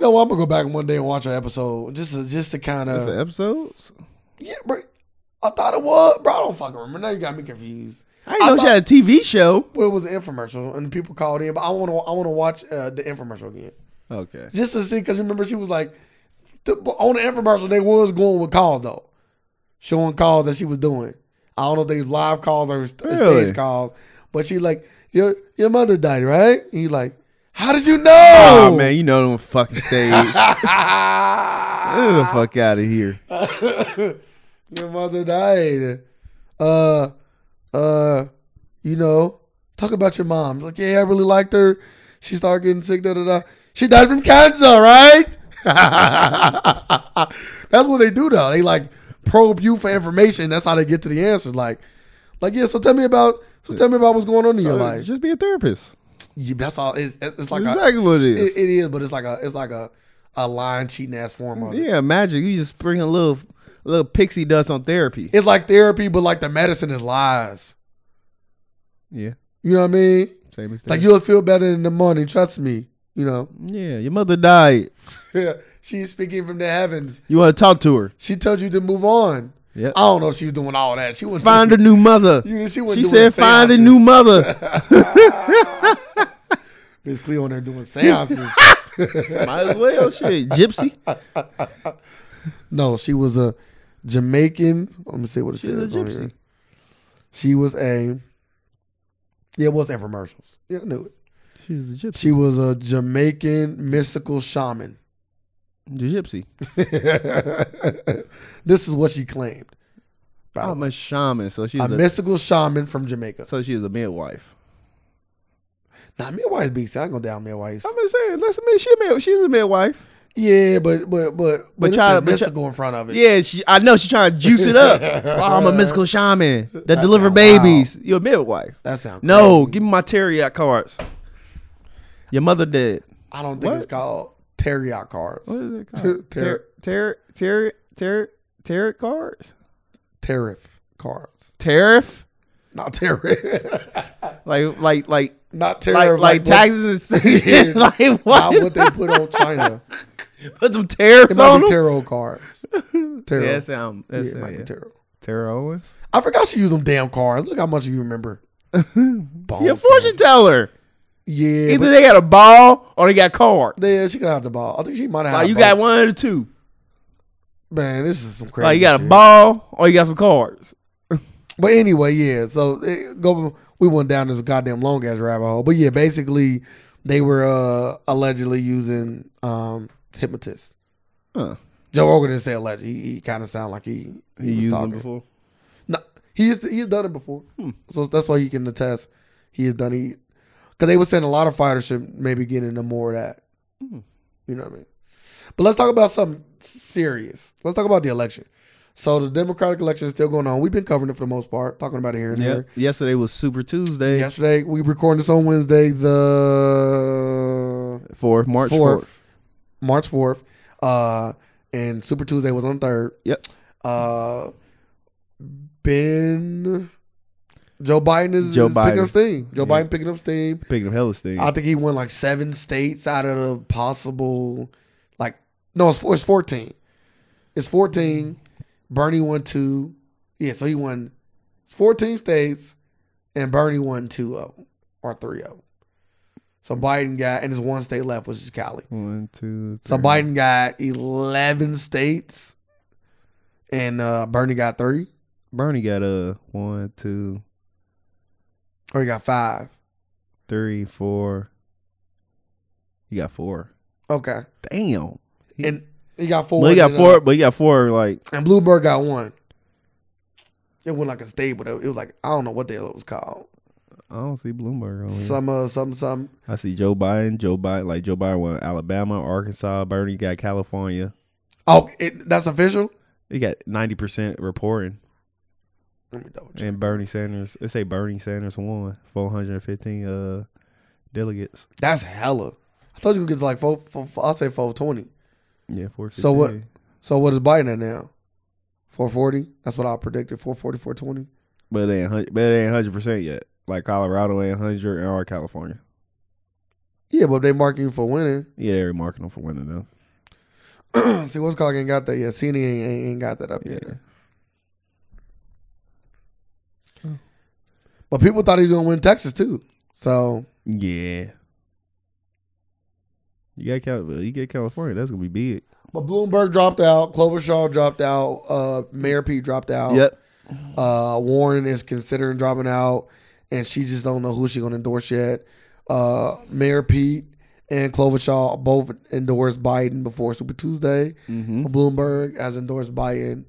S2: know, what? I'm gonna go back one day and watch her episode just to, just to kind
S1: That's
S2: of
S1: the episodes.
S2: yeah, bro. I thought it was, bro. I don't fucking remember. Now you got me confused.
S1: I didn't know she had a TV show.
S2: Well, it was an infomercial, and people called in. But I want to, I want to watch uh, the infomercial again.
S1: Okay.
S2: just to see because remember she was like the, on the infomercial they was going with calls though, showing calls that she was doing. I don't know if they was live calls or st-
S1: Really?
S2: stage calls, but she like your your mother died right? And you like how did you know?
S1: Oh,
S2: [LAUGHS]
S1: man, you know them fucking stage. Get the fuck out of here.
S2: [LAUGHS] your mother died. Uh, uh, you know, talk about your mom. Like yeah, I really liked her. She started getting sick. Da da da. She died from cancer, right? [LAUGHS] That's what they do though. They like probe you for information. That's how they get to the answers. Like, like yeah. So tell me about. So tell me about what's going on in your life.
S1: Just be a therapist.
S2: Yeah, that's all. It's, it's, it's like a-
S1: exactly what it is.
S2: it, it is, but it's like a it's like a a line cheating ass form of it.
S1: yeah, magic. You just bring a little little pixie dust on therapy.
S2: It's like therapy, but like the medicine is lies.
S1: Yeah.
S2: You know what I mean?
S1: Same as
S2: Like
S1: therapy.
S2: you'll feel better in the morning. Trust me. You [LAUGHS] know,
S1: Yeah, your mother died.
S2: she's speaking from the heavens.
S1: You want to talk to her?
S2: She told you to move on.
S1: Yeah.
S2: I don't know if she was doing all that. She was
S1: Find a new mother.
S2: Yeah, she
S1: She
S2: wasn't doing
S1: said, "Find a
S2: seances.
S1: new
S2: [LAUGHS]
S1: mother."
S2: Miss Cleo on there [LAUGHS] doing seances.
S1: Might as well, shit, gypsy.
S2: no, she was a Jamaican. Let me see what it
S1: She's a
S2: says. on here.
S1: gypsy.
S2: She was a. Yeah, it was infomercials. Yeah, I knew it.
S1: She was a gypsy.
S2: She was a Jamaican mystical [LAUGHS] shaman.
S1: The gypsy.
S2: this is what she claimed. By the
S1: I'm a shaman, so she's
S2: way.
S1: a,
S2: a mystical shaman from Jamaica.
S1: so she's a midwife.
S2: Now, midwives be I ain't gonna down midwives.
S1: I'm just saying, listen, man, she a mid, she's a midwife.
S2: Yeah, but but but but, it's
S1: y'all-
S2: a
S1: but y'all-
S2: mystical in front of it.
S1: Yeah, she. I know she's trying to juice it up. oh, I'm a mystical shaman that deliver
S2: sound
S1: babies. You're a midwife.
S2: That sounds
S1: No, give me my Terriot cards. Your mother dead.
S2: I don't think it's
S1: What?
S2: called tarot cards.
S1: What is it called?
S2: Ter-
S1: Ter ter ter ter tarot cards.
S2: Tariff cards,
S1: Tariff.
S2: not tariff, [LAUGHS]
S1: Like like like
S2: not
S1: like
S2: tariff.
S1: like, taxes [LAUGHS] and like
S2: What, not
S1: what?
S2: what they put on
S1: [LAUGHS]
S2: China.
S1: Put them tariffs
S2: It might
S1: on
S2: be
S1: them.
S2: tarot
S1: [LAUGHS]
S2: cards. Tarot.
S1: Yeah, that sound
S2: Yeah,
S1: that
S2: it might
S1: sound
S2: be
S1: yeah.
S2: tarot.
S1: Tara Owens.
S2: I forgot she used them damn cards. Look how much
S1: [LAUGHS]
S2: you remember. Ball
S1: Yeah, fortune teller.
S2: Yeah,
S1: Either
S2: but
S1: they got a ball or they got cards.
S2: yeah, she could have the ball. I think she might have.
S1: Like you
S2: both.
S1: got one of the two.
S2: man. This is some crazy.
S1: Like you got a
S2: shit.
S1: ball or you got some cards.
S2: But anyway, yeah. So it, go. We went down this goddamn long ass rabbit hole. But yeah, basically, they were uh, allegedly using um, hypnotists.
S1: Huh.
S2: Joe Rogan didn't say alleged. He, he kind of sounded like he he, was talking.
S1: before.
S2: No, he used to, he had done it before. So that's why you can attest he has done he because they were saying a lot of fighters should maybe get into more of that. You know what I mean? But let's talk about something serious. Let's talk about the election. So the Democratic election is still going on. We've been covering it for the most part, talking about it here and
S1: Yeah.
S2: there.
S1: Yesterday was Super Tuesday
S2: Yesterday we recorded this on Wednesday, the
S1: for March
S2: fourth,
S1: fourth.
S2: March fourth, uh, and Super Tuesday was on the third.
S1: Yep.
S2: Uh, Ben, Joe Biden is,
S1: Joe
S2: is picking
S1: Biden.
S2: up steam. Joe
S1: Yeah.
S2: Biden picking up steam.
S1: Picking up hella thing.
S2: I think he won like seven states out of the possible, like no, it's it's fourteen. It's fourteen. Bernie won two. Yeah, so he won fourteen states, and Bernie won two of them or three of them. So Biden got and there's one state left, which is Cali.
S1: One, two, three.
S2: So Biden got eleven states, and uh, Bernie got three,
S1: Bernie got a one, two,
S2: or he got five.
S1: three, four. You got four.
S2: Okay,
S1: Damn. He-
S2: and he got four.
S1: But he got
S2: and, uh,
S1: four. But he got four. Like
S2: and Bloomberg got one. It wasn't like a state, but it it was like I don't know what the hell it was called.
S1: I don't see Bloomberg on here.
S2: Some uh, some some.
S1: I see Joe Biden. Joe Biden. Like Joe Biden went Alabama, Arkansas. Bernie got California.
S2: Oh, it, that's official.
S1: He got ninety percent reporting.
S2: Let me double check.
S1: And Bernie Sanders. They say Bernie Sanders won four hundred and fifteen uh delegates.
S2: That's hella. I thought you could get to like four. four, four I'll say four twenty.
S1: Yeah, four.
S2: So what- So what is Biden at now? Four forty. That's what I predicted. 440, 420.
S1: But it ain't hun- but it ain't hundred percent yet. Like Colorado ain't hundred and or California.
S2: Yeah, but they marking you for winning. [CLEARS THROAT]
S1: Yeah, they're marking them for winning though.
S2: See, what's called ain't got that yet. CNN ain't, ain't ain't got that up yet.
S1: Yeah.
S2: But people thought he was gonna win Texas too. So
S1: Yeah. You got Cal- uh, you get California, that's gonna be big.
S2: but Bloomberg dropped out, Clover Shaw dropped out, uh Mayor Pete dropped out.
S1: Oh.
S2: Uh Warren is considering dropping out and she just don't know who she's gonna endorse yet. Uh Mayor Pete and Clover Shaw both endorsed Biden before Super Tuesday.
S1: Mm-hmm.
S2: Bloomberg has endorsed Biden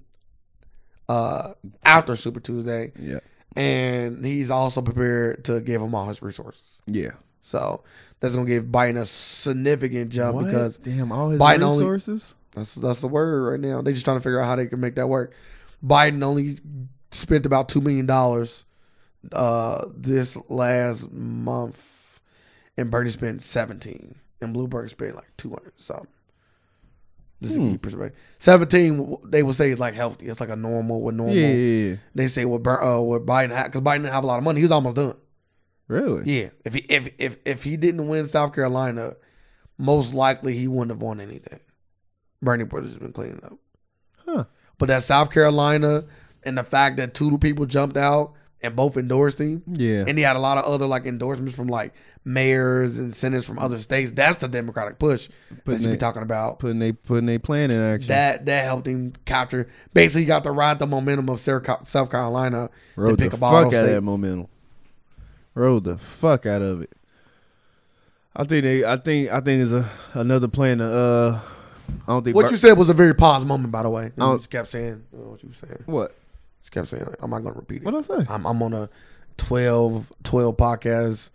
S2: uh after Super Tuesday.
S1: Yeah.
S2: And he's also prepared to give him all his resources.
S1: Yeah.
S2: So that's gonna give Biden a significant jump
S1: What?
S2: Uh, because
S1: damn all his
S2: Biden only-
S1: resources.
S2: that's that's the word right now. They just trying to figure out how they can make that work. Biden only spent about two million dollars uh, this last month, and Bernie spent seventeen, and Bloomberg spent like two hundred something. Just to
S1: Hmm.
S2: give you perspective, seventeen they would say is like healthy. It's like a normal with normal.
S1: Yeah, yeah, yeah.
S2: They say what Bur- uh, what Biden had because Biden didn't have a lot of money. He was almost done.
S1: Really?
S2: Yeah, if he if if if he didn't win South Carolina, most likely he wouldn't have won anything. Bernie Borders has been cleaning up.
S1: Huh.
S2: But that South Carolina and the fact that two people jumped out and both endorsed him,
S1: Yeah.
S2: and he had a lot of other like endorsements from like mayors and senators from other states. That's the Democratic push that
S1: Putting
S2: you be
S1: it-
S2: talking about.
S1: putting they putting they plan in action.
S2: That that helped him capture. Basically, he got to ride the momentum of Sarah- South Carolina
S1: Rode
S2: to pick
S1: the
S2: up
S1: fuck
S2: all
S1: out
S2: those
S1: of that
S2: states.
S1: momentum. Rode the fuck out of it. I think they. I think. I think it's a another plan to. Uh, I don't think.
S2: What
S1: Ber-
S2: you said was a very paused moment, by the way. You
S1: Oh.
S2: just kept saying uh, what Ah, you were saying.
S1: What?
S2: Just kept saying. like, I'm not gonna repeat it.
S1: What I say?
S2: I'm, I'm on a 12, 12 podcast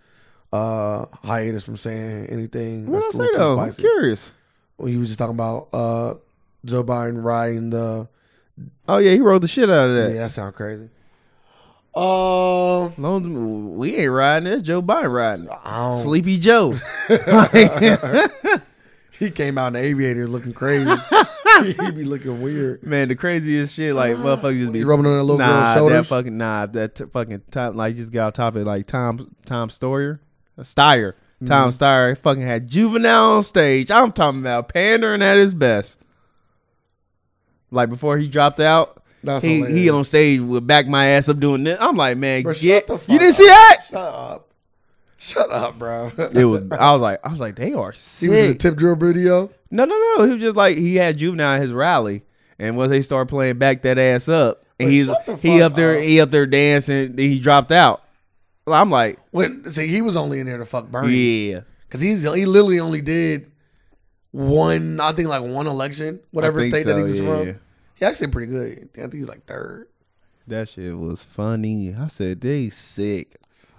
S2: uh, hiatus from saying anything.
S1: What
S2: that's
S1: I
S2: a
S1: say
S2: little too
S1: though? I'm
S2: spicy.
S1: curious.
S2: Well, you was just talking about uh, Joe Biden riding the.
S1: Oh yeah, he rode the shit out of
S2: Yeah,
S1: that.
S2: that sound crazy. Uh, I
S1: Long, we ain't riding. That's Joe Biden riding. it.
S2: don't. [LAUGHS]
S1: Sleepy Joe. [LAUGHS]
S2: He came out in the aviator
S1: [LAUGHS]
S2: looking crazy. he be looking weird.
S1: Man, the craziest shit. Like motherfuckers just be
S2: He Ah. rubbing on that little
S1: nah,
S2: girl's shoulders.
S1: that fucking nah, that t- fucking top like just got on top of it, like Tom Tom Stoyer, Uh, Steyer, Tom
S2: Mm-hmm.
S1: Steyer fucking had juvenile on stage. I'm talking about pandering at his best. Like before he dropped out,
S2: That's
S1: he
S2: hilarious.
S1: he on stage would back my ass up doing this. I'm like, man,
S2: Bro,
S1: get
S2: shut the
S1: you didn't
S2: fuck
S1: see that.
S2: [LAUGHS] Shut up. Shut up, bro. [LAUGHS]
S1: It was. I was like, I was like, they are sick.
S2: he was in the tip drill video.
S1: No, no, no. He was just like he had juvenile at his rally, and once they start playing back that ass up, and
S2: Wait,
S1: he's
S2: shut the
S1: he
S2: fuck
S1: up there,
S2: up.
S1: he up there dancing. Then he dropped out. Well, I'm like,
S2: When see, he was only in there to fuck Bernie
S1: yeah,
S2: because he's he literally only did one. I think like one election, whatever
S1: I think
S2: state that he
S1: so,
S2: was
S1: yeah,
S2: from.
S1: yeah.
S2: He actually pretty good. I think he was like third.
S1: That shit was funny. I said they sick.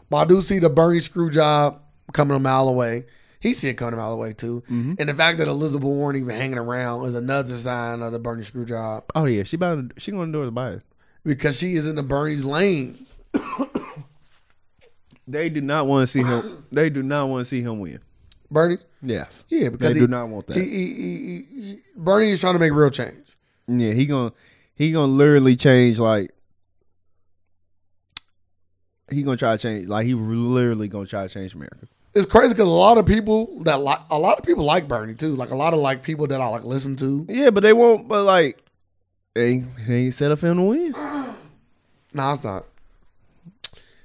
S2: But I do see the Bernie screw job coming a mile away. He see it coming a mile away too.
S1: Mm-hmm.
S2: And the fact that Elizabeth Warren even hanging around is another sign of the Bernie screw job
S1: Oh yeah, she about to, she gonna do it by it.
S2: because she is in the Bernie's lane.
S1: They do not want to see him. They do not want to see him win.
S2: Bernie,
S1: Yes,
S2: yeah, because
S1: they
S2: he,
S1: do not want that.
S2: he, he, he, he- he- Bernie is trying to make real change.
S1: yeah, he gonna he gonna literally change like. He gonna try to change like he literally gonna try to change America.
S2: It's crazy because a lot of people that like a lot of people like Bernie too. Like a lot of like people that I like listen to.
S1: Yeah, but they won't. But like, they they ain't set up for him to win.
S2: No, it's not.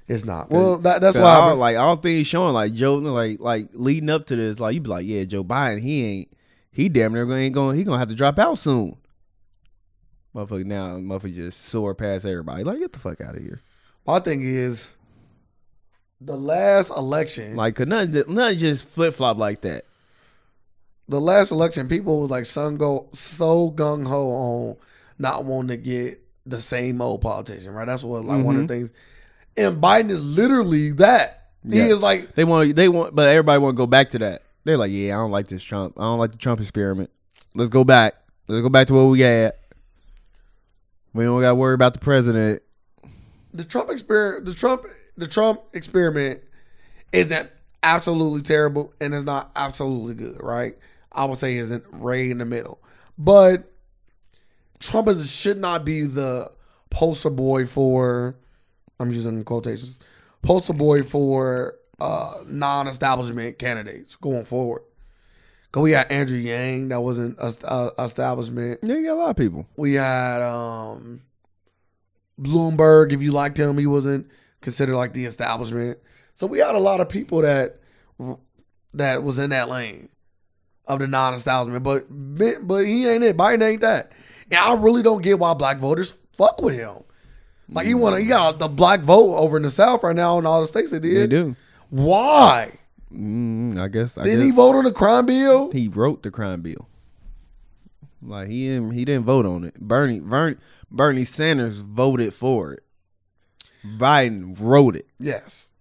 S2: It's not. Well, that, that's why.
S1: I
S2: I,
S1: don't- like all things showing like Joe, like like leading up to this, like you be like, yeah, Joe Biden, he ain't, he damn near gonna- ain't going, he gonna have to drop out soon. Motherfucker, now motherfucker just soar past everybody. Like, get the fuck out of here.
S2: my thing is, the last election,
S1: Like, could nothing, ju- nothing just flip flop like that.
S2: the last election, people was like sun go so gung ho on not wanting to get the same old politician, right? That's what like one of the things. And Biden is literally that.
S1: Yeah.
S2: He is like
S1: They want, they want, but everybody want to go back to that. They're like, yeah, I don't like this Trump. I don't like the Trump experiment. Let's go back. Let's go back to what we had. We don't got to worry about the president.
S2: the Trump experiment. The Trump the Trump experiment isn't absolutely terrible and it's not absolutely good, right? I would say isn't right in the middle, but Trump is, should not be the poster boy for. I'm using quotations. Poster boy for uh, non-establishment candidates going forward. Cause we had Andrew Yang that wasn't a, a establishment.
S1: Yeah, you got a lot of people.
S2: We had um Bloomberg, if you liked him, he wasn't considered like the establishment. So we had a lot of people that that was in that lane of the non-establishment, but but he ain't it. Biden ain't that, and I really don't get why black voters fuck with him. Like
S1: Mm-hmm.
S2: he want to, he got the black vote over in the South right now in all the states they did.
S1: They do.
S2: Why
S1: Mm, I guess. I
S2: didn't he
S1: guess
S2: vote on the crime bill?
S1: he, wrote the crime bill. Like he didn't, he didn't vote on it. Bernie Bernie Bernie Sanders voted for it. Biden wrote it.
S2: Yes.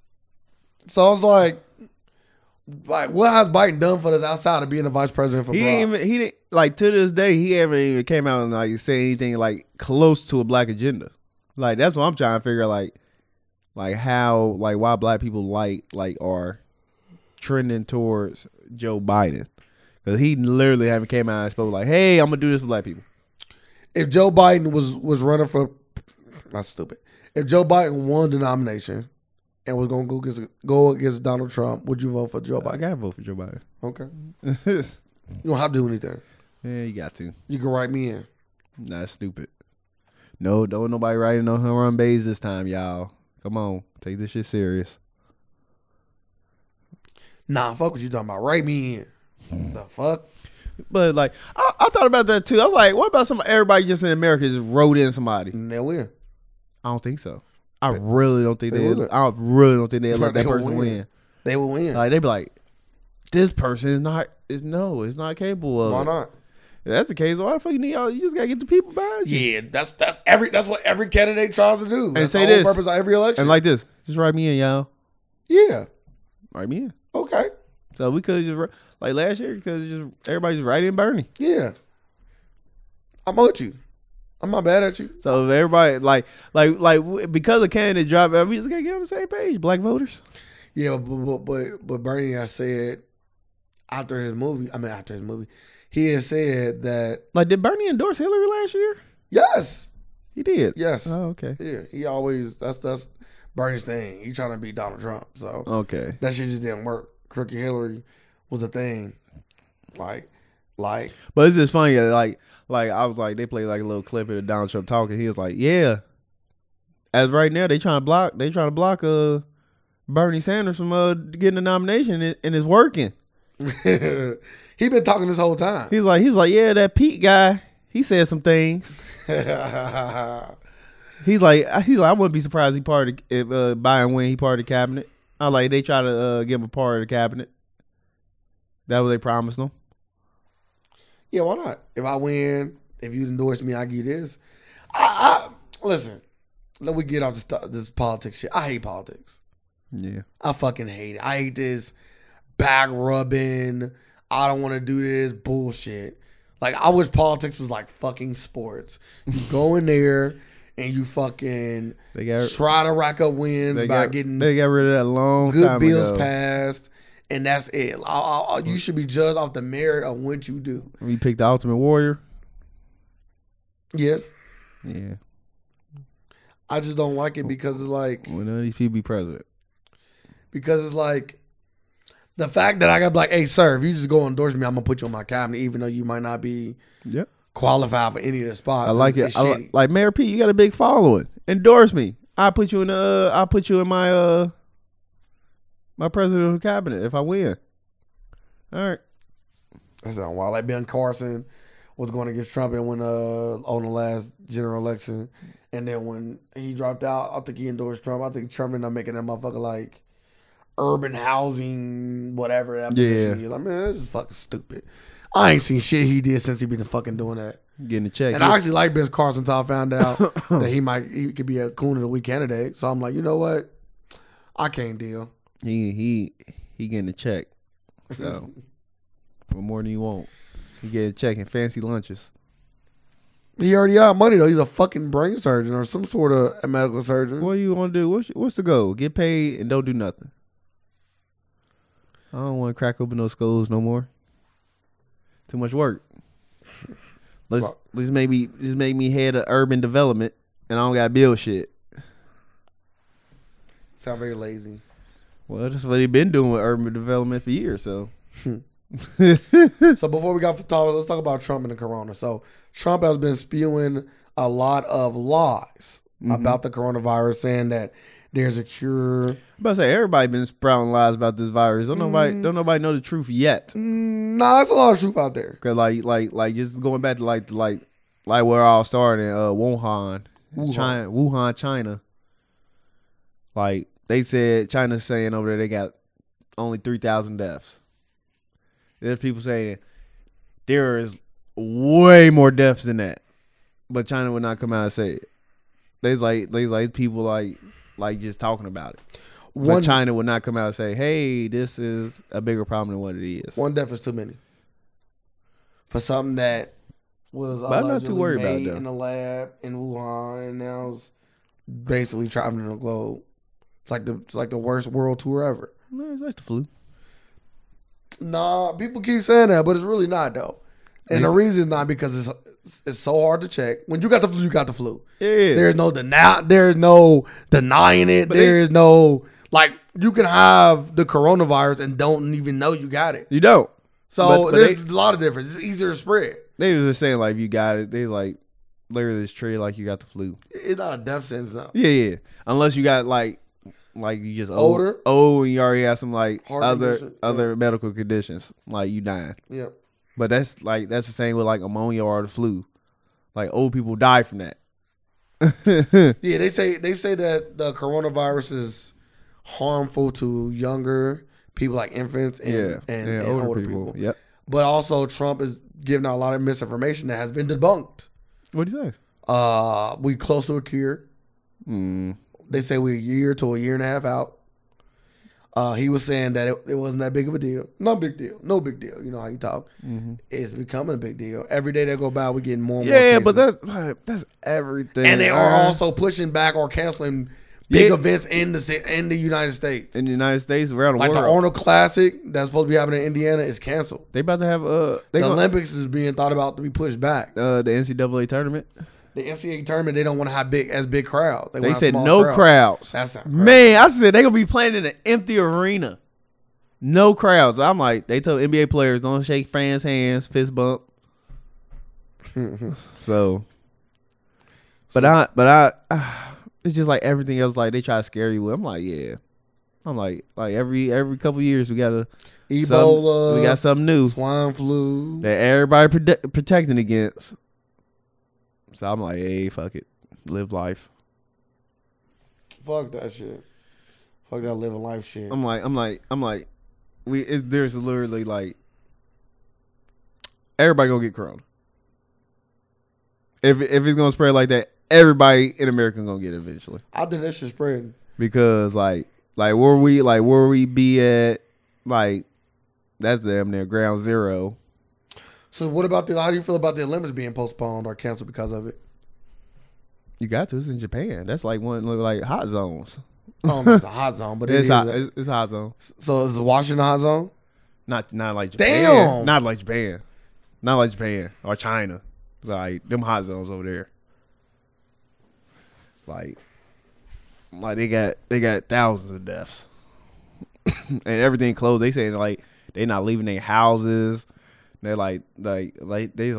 S2: So I was like, like, what has Biden done for us outside of being the vice president for
S1: He
S2: Barack?
S1: didn't even he didn't like to this day he haven't even came out and like say anything like close to a black agenda. Like that's what I'm trying to figure out, like like how like why black people like like are trending towards Joe Biden. Cause he literally haven't came out and spoke like, hey, I'm gonna do this for black people.
S2: If Joe Biden was was running for, that's stupid. If Joe Biden won the nomination, and was gonna go against go against Donald Trump, would you vote for Joe
S1: I
S2: Biden?
S1: gotta vote for Joe Biden. [LAUGHS]
S2: Okay.
S1: yeah,
S2: You don't have to do anything.
S1: you got to.
S2: You can write me in.
S1: Nah, that's stupid. No, don't nobody writing no run bays this time, y'all. Come on, take this shit serious.
S2: Nah, fuck what you talking about. Write me
S1: Hmm.
S2: in. the fuck?
S1: But like, I, I thought about that too. I was like, what about some everybody just in America just wrote in somebody?
S2: They win.
S1: I don't think so. I really don't think
S2: They
S1: they.
S2: would.
S1: I really don't think they let
S2: They
S1: that
S2: would
S1: person
S2: win.
S1: win.
S2: They will win.
S1: Like they'd be like, this person is not. Is no, it's not capable of.
S2: Why
S1: it.
S2: not?
S1: If that's the case, why the fuck you need all? You just gotta get the people behind you.
S2: Yeah, that's that's every that's what every candidate tries to do. That's
S1: say
S2: the whole
S1: this.
S2: purpose of every election.
S1: And like this, just write me in, y'all.
S2: yeah,
S1: Write me in.
S2: okay,
S1: So we could just wri- like last year because just everybody's writing Bernie.
S2: yeah. I'm with you. I'm not bad at you.
S1: So if everybody like like like w- because a candidate drop, out, we just gotta get on the same page. Black voters.
S2: Yeah, but but but, but Bernie, I said after his movie. I mean, after his movie, he had said that
S1: Like did Bernie endorse Hillary last year?
S2: yes,
S1: He did.
S2: yes,
S1: Oh, okay.
S2: yeah. He always that's that's Bernie's thing. He trying to beat Donald Trump, so
S1: Okay.
S2: that shit just didn't work. Crooked Hillary was a thing. Like, like [LAUGHS]
S1: But it's just funny. that, Like like I was like they played like a little clip of Donald Trump talking. He was like, yeah. As right now, they trying to block. They trying to block uh Bernie Sanders from uh getting the nomination, and, and it's working.
S2: he been talking this whole time.
S1: He's like he's like yeah, that Pete guy. He said some things.
S2: [LAUGHS] yeah,
S1: He's like, he's like, I wouldn't be surprised he part of, if uh, Biden when he part of the cabinet. I like they try to uh, give him a part of the cabinet. That what they promised him.
S2: why not? If I win, if you endorse me, I give you this. I, I listen. Let we get off this stu- this politics shit. I hate politics.
S1: Yeah,
S2: I fucking hate it. I hate this back rubbing. I don't want to do this bullshit. Like I wish politics was like fucking sports.
S1: [LAUGHS]
S2: You go in there and you fucking
S1: they got
S2: try to rack up wins
S1: Er, they
S2: by
S1: got
S2: getting
S1: they got rid of that long
S2: good
S1: time
S2: bills
S1: ago. Mm.
S2: passed, and that's it. I, I, I- you should be judged off the merit of what you do.
S1: We picked the Ultimate Warrior.
S2: Yeah,
S1: Yeah,
S2: I just don't like it because it's like
S1: when none of these people be president.
S2: because it's like the fact that I got like, hey, sir, if you just go endorse me, I'm gonna put you on my cabinet, even though you might not be
S1: Yep,
S2: qualified for any of the spots.
S1: I like
S2: It's-
S1: it.
S2: it's
S1: I li-
S2: shitty.
S1: like Mayor Pete. You got a big following. Endorse me. I put you in the. Uh, I put you in my uh my presidential cabinet if I win. All right.
S2: That sound wild. Like Ben Carson was going against Trump and when uh on the last general election, and then when he dropped out, I think he endorsed Trump. I think Trump ended up making that motherfucker like urban housing, whatever. That
S1: Yeah.
S2: position. You're like, man, this is fucking stupid. I ain't seen shit he did since he been fucking doing that.
S1: Getting the check.
S2: And I actually like Ben Carson until I found out that he might he could be a coon of the week candidate. So I'm like, you know what? I can't deal.
S1: he he he getting a check.
S2: [LAUGHS]
S1: So for more than you want, he getting a check and fancy lunches.
S2: He already got money though. He's a fucking brain surgeon or some sort of medical surgeon.
S1: What you want to do? What's what's the goal? Get paid and don't do nothing. I don't want to crack open those skulls no more. Too much work. Let's
S2: Well-
S1: let's make me just make me head of urban development, and I don't got bill shit.
S2: Sound very lazy.
S1: Well, that's what they been doing with urban development for years. So
S2: So before we got talk, let's talk about Trump and the corona. So Trump has been spewing a lot of lies about the coronavirus, saying that there's a cure.
S1: I'm about to say everybody been sprouting lies about this virus. Don't nobody don't nobody know the truth yet.
S2: Mm, nah, it's a lot of truth out there.
S1: Cause like like like just going back to like like like where I all started uh Wuhan,
S2: Wuhan.
S1: China, Wuhan, China. Like they said, China's saying over there they got only three thousand deaths. There's people saying there is way more deaths than that, but China would not come out and say it. There's like there's like people like like just talking about it. But
S2: One
S1: China would not come out and say, "Hey, this is a bigger problem than what it is."
S2: one death is too many for something that was.
S1: But I'm not too
S2: allegedly
S1: worried about it,
S2: made
S1: though.
S2: in the lab in Wuhan, and now it's basically traveling the globe. It's like the it's like the worst world tour ever.
S1: No, it's like the flu.
S2: Nah, people keep saying that, but it's really not though. And the reason is not because it's it's so hard to check. When you got the flu, you got the flu.
S1: Yeah,
S2: There's no deny. There's no denying it.
S1: they-
S2: There is no Like you can have the coronavirus and don't even know you got it.
S1: You don't.
S2: So
S1: But- but
S2: there's
S1: they-
S2: a lot of difference. It's easier to spread.
S1: They was just saying like if you got it. They like literally this tree like you got the flu.
S2: It's not a death sentence though.
S1: Yeah, yeah. Unless you got like like you just
S2: Older?
S1: older, old, and you already have some like
S2: Heart
S1: other
S2: condition, yeah.
S1: other medical conditions, like you dying.
S2: Yeah.
S1: But that's like that's the same with like ammonia or the flu. Like old people die from that. [LAUGHS]
S2: Yeah, they say they say that the coronavirus is harmful to younger people like infants and
S1: yeah,
S2: and,
S1: yeah,
S2: and
S1: older, people. Yep.
S2: But also Trump is giving out a lot of misinformation that has been debunked.
S1: What do you say?
S2: Uh we close to a cure. Mm-hmm.
S1: Mm.
S2: They say we're a year to a year and a half out. Uh, he was saying that it, it wasn't that big of a deal. No big deal. No big deal. You know how you talk. It's becoming a big deal. Every day that go by, we're getting more and more.
S1: Mm-hmm. Yeah,
S2: cases.
S1: but that's like, that's everything.
S2: and they are
S1: uh,
S2: also pushing back or canceling big
S1: Yeah.
S2: events in the ci- in the United States.
S1: in the United States around the
S2: like the
S1: world.
S2: Arnold Classic that's supposed to be happening in Indiana is canceled.
S1: they about to have uh they
S2: The
S1: gonna,
S2: Olympics is being thought about to be pushed back.
S1: uh the NCAA tournament.
S2: The NCAA tournament they don't want to have big as big crowds.
S1: They
S2: want
S1: said
S2: small
S1: no crowds.
S2: That's not correct.
S1: Man, I said they gonna be playing in an empty arena, no crowds. I'm like, they told NBA players don't shake fans' hands, fist
S2: [LAUGHS]
S1: bump. so, but I, but I, [SIGHS] it's just like everything else. Like they try to scare you. with. I'm like, yeah. I'm like, like every every couple years we got a
S2: Ebola,
S1: some- we got something new
S2: swine flu.
S1: that everybody prote- protecting against. So I'm like, hey, fuck it, live life.
S2: Fuck that shit. Fuck that living life shit.
S1: I'm like, I'm like, I'm like, we. It, there's literally like, everybody gonna get corona. If if it's gonna spread like that, everybody in America gonna get it eventually.
S2: I think that shit spreading.
S1: Because like, like where we like where we be at, like that's damn near ground zero.
S2: So what about the? How do you feel about the Olympics being postponed or canceled because of it?
S1: You got to. It's in Japan. That's like one of, like hot zones.
S2: I don't know if it's a hot zone, but it
S1: It's
S2: is
S1: hot.
S2: a-
S1: It's, it's hot zone.
S2: so is Washington a hot zone?
S1: Not not like Japan.
S2: Damn.
S1: Not like Japan. Not like Japan or China. Like them hot zones over there. Like like they got they got thousands of deaths. [COUGHS] and everything closed. They saying like they not leaving their houses. They're like like like they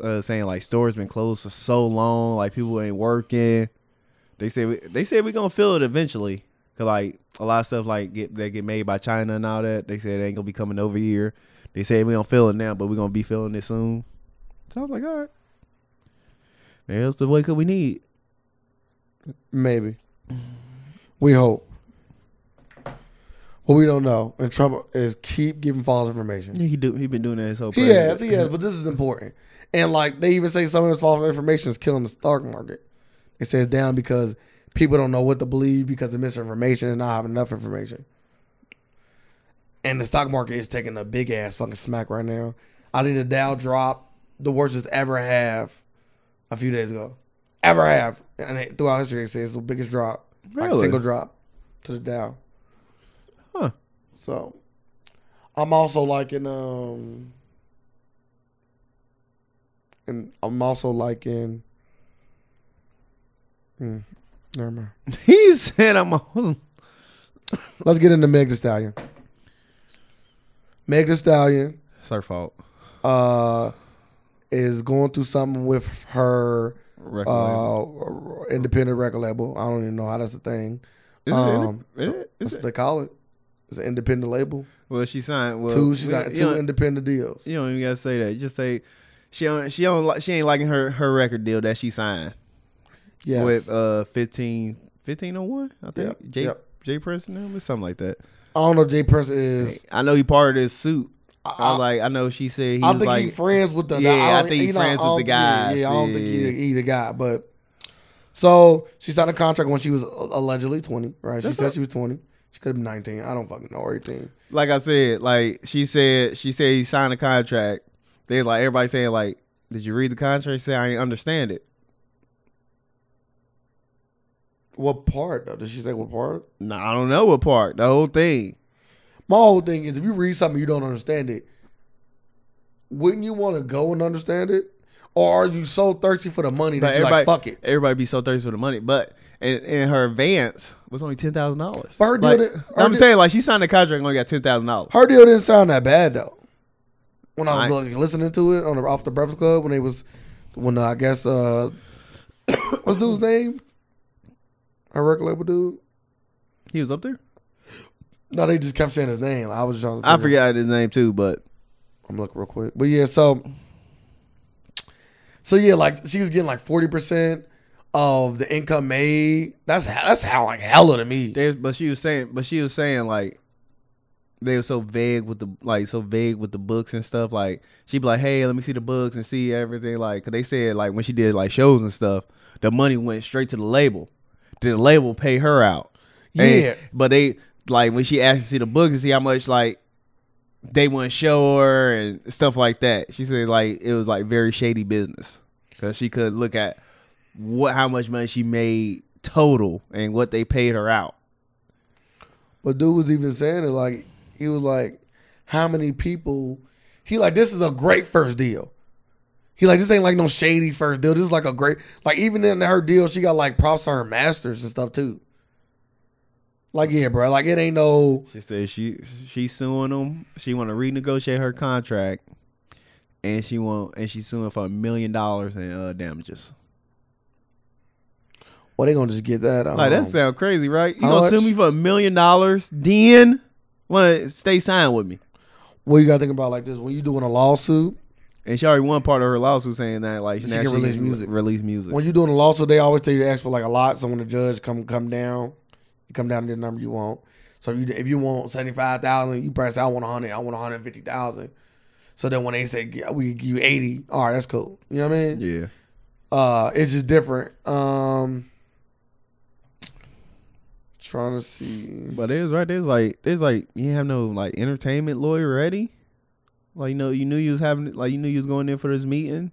S1: uh, saying like stores been closed for so long, like people ain't working. They say we, they say we gonna feel it eventually, cause like a lot of stuff like get that get made by China and all that. They say it ain't gonna be coming over here. They say we don't feel it now, but we gonna be feeling it soon. So I was like, all right, maybe that's the wake up we need.
S2: Maybe. We hope. But we don't know. And Trump is keep giving false information.
S1: Yeah, He do he been doing that his whole.
S2: He has,
S1: presidency.
S2: he has, but this is important. And like they even say some of his false information is killing the stock market. It says down because people don't know what to believe because of misinformation and not have enough information. And the stock market is taking a big ass fucking smack right now. I think the Dow dropped the worst it's ever have a few days ago. Ever have. And it, throughout history, they say it's the biggest drop. Like
S1: Really?
S2: single drop to the Dow.
S1: Huh.
S2: So I'm also liking um and I'm also liking Hmm, never mind.
S1: [LAUGHS] He said I'm on.
S2: Let's get into Meg Thee Stallion. Meg Thee Stallion
S1: [LAUGHS] It's her fault.
S2: uh is going through something with her
S1: Record label.
S2: uh independent record label. I don't even know how that's a thing.
S1: Is it in
S2: um,
S1: it? Is it? Is
S2: That's
S1: it?
S2: what they call it. It's an independent label.
S1: Well, she signed. Well,
S2: two she's
S1: we-
S2: got
S1: you
S2: two
S1: know-
S2: independent deals.
S1: You don't even gotta say that. Just say she don't. She don't. Like, she ain't liking her her record deal that she signed
S2: Yes.
S1: with uh 15, 1501, I think.
S2: Yep,
S1: J
S2: yep.
S1: J Preston or something like that.
S2: I don't know. if Jay Person is.
S1: I know he part of this suit. I,
S2: I-
S1: was like I know she said he
S2: I
S1: was
S2: think
S1: like
S2: he friends with the.
S1: Yeah, I
S2: don't-
S1: think he
S2: you know,
S1: friends with
S2: don't-
S1: the guys.
S2: Yeah, yeah, I don't
S1: Yeah,
S2: think
S1: yeah,
S2: he, he the guy. But so she signed a contract when she was allegedly twenty. Right? She
S1: That's
S2: said
S1: not-
S2: she was twenty. She could have been nineteen. I don't fucking know. Or eighteen.
S1: like I said like she said she said he signed a contract. They like everybody saying like did you read the contract? She said I ain't understand it.
S2: What part though? Did she say what part?
S1: No, I don't know what part. The whole thing.
S2: My whole thing is if you read something you don't understand it, wouldn't you want to go and understand it? Or are you so thirsty for the money that
S1: But
S2: you're
S1: everybody,
S2: like, fuck it?
S1: everybody be so thirsty for the money. But and, and her advance was only ten thousand dollars.
S2: But her deal
S1: like,
S2: did- her
S1: I'm
S2: deal-
S1: saying like she signed the contract and only got ten thousand dollars.
S2: Her deal didn't sound that bad though. When I was
S1: I-
S2: looking, listening to it on the, off the Breakfast Club, when they was, when uh, I guess uh, [COUGHS] what's dude's name? Her record label dude.
S1: He was up there.
S2: No, they just kept saying his name. I was just trying to.
S1: I
S2: figure-
S1: forgot his name too, but
S2: I'm looking real quick, but yeah, so, so yeah, like she was getting like forty percent of the income made. That's that's how like hella to me.
S1: they, but she was saying, but she was saying like they were so vague with the like so vague with the books and stuff. Like she'd be like, "Hey, let me see the books and see everything." Like 'cause they said like when she did like shows and stuff, the money went straight to the label. Did the label pay her out? And-
S2: Yeah.
S1: but they like when she asked to see the books and see how much like they wouldn't show her and stuff like that. She said like it was like very shady business because she could look at what how much money she made total and what they paid her out.
S2: But dude was even saying it like he was like, how many people? He like this is a great first deal. He like this ain't like no shady first deal. This is like a great like even in her deal she got like props to her masters and stuff too. Like yeah, bro. Like it ain't no
S1: She said she she's suing them. She want to renegotiate her contract, and she want and she's suing for a million dollars in uh, damages.
S2: well they gonna just get that. Um,
S1: Like that sound crazy, right? You
S2: How
S1: gonna sue
S2: much?
S1: me for a million dollars? Then want to stay signed with me?
S2: what you gotta think about like this when you doing a lawsuit.
S1: And she already won part of her lawsuit saying that like
S2: She
S1: now
S2: can release music.
S1: Release music.
S2: When you doing a lawsuit, they always tell you to ask for like a lot. So when the judge come come down, you come down to the number you want. So you, if you want seventy five thousand, you press I want a hundred, I want one hundred fifty thousand. So then when they say "Yeah, we give you eighty, all right, that's cool. You know what I mean?
S1: yeah,
S2: Uh, it's just different. Um, trying to see.
S1: but it was right there's like there's like you didn't have no like entertainment lawyer ready. Like you know you knew you was having like you knew you was going in for this meeting.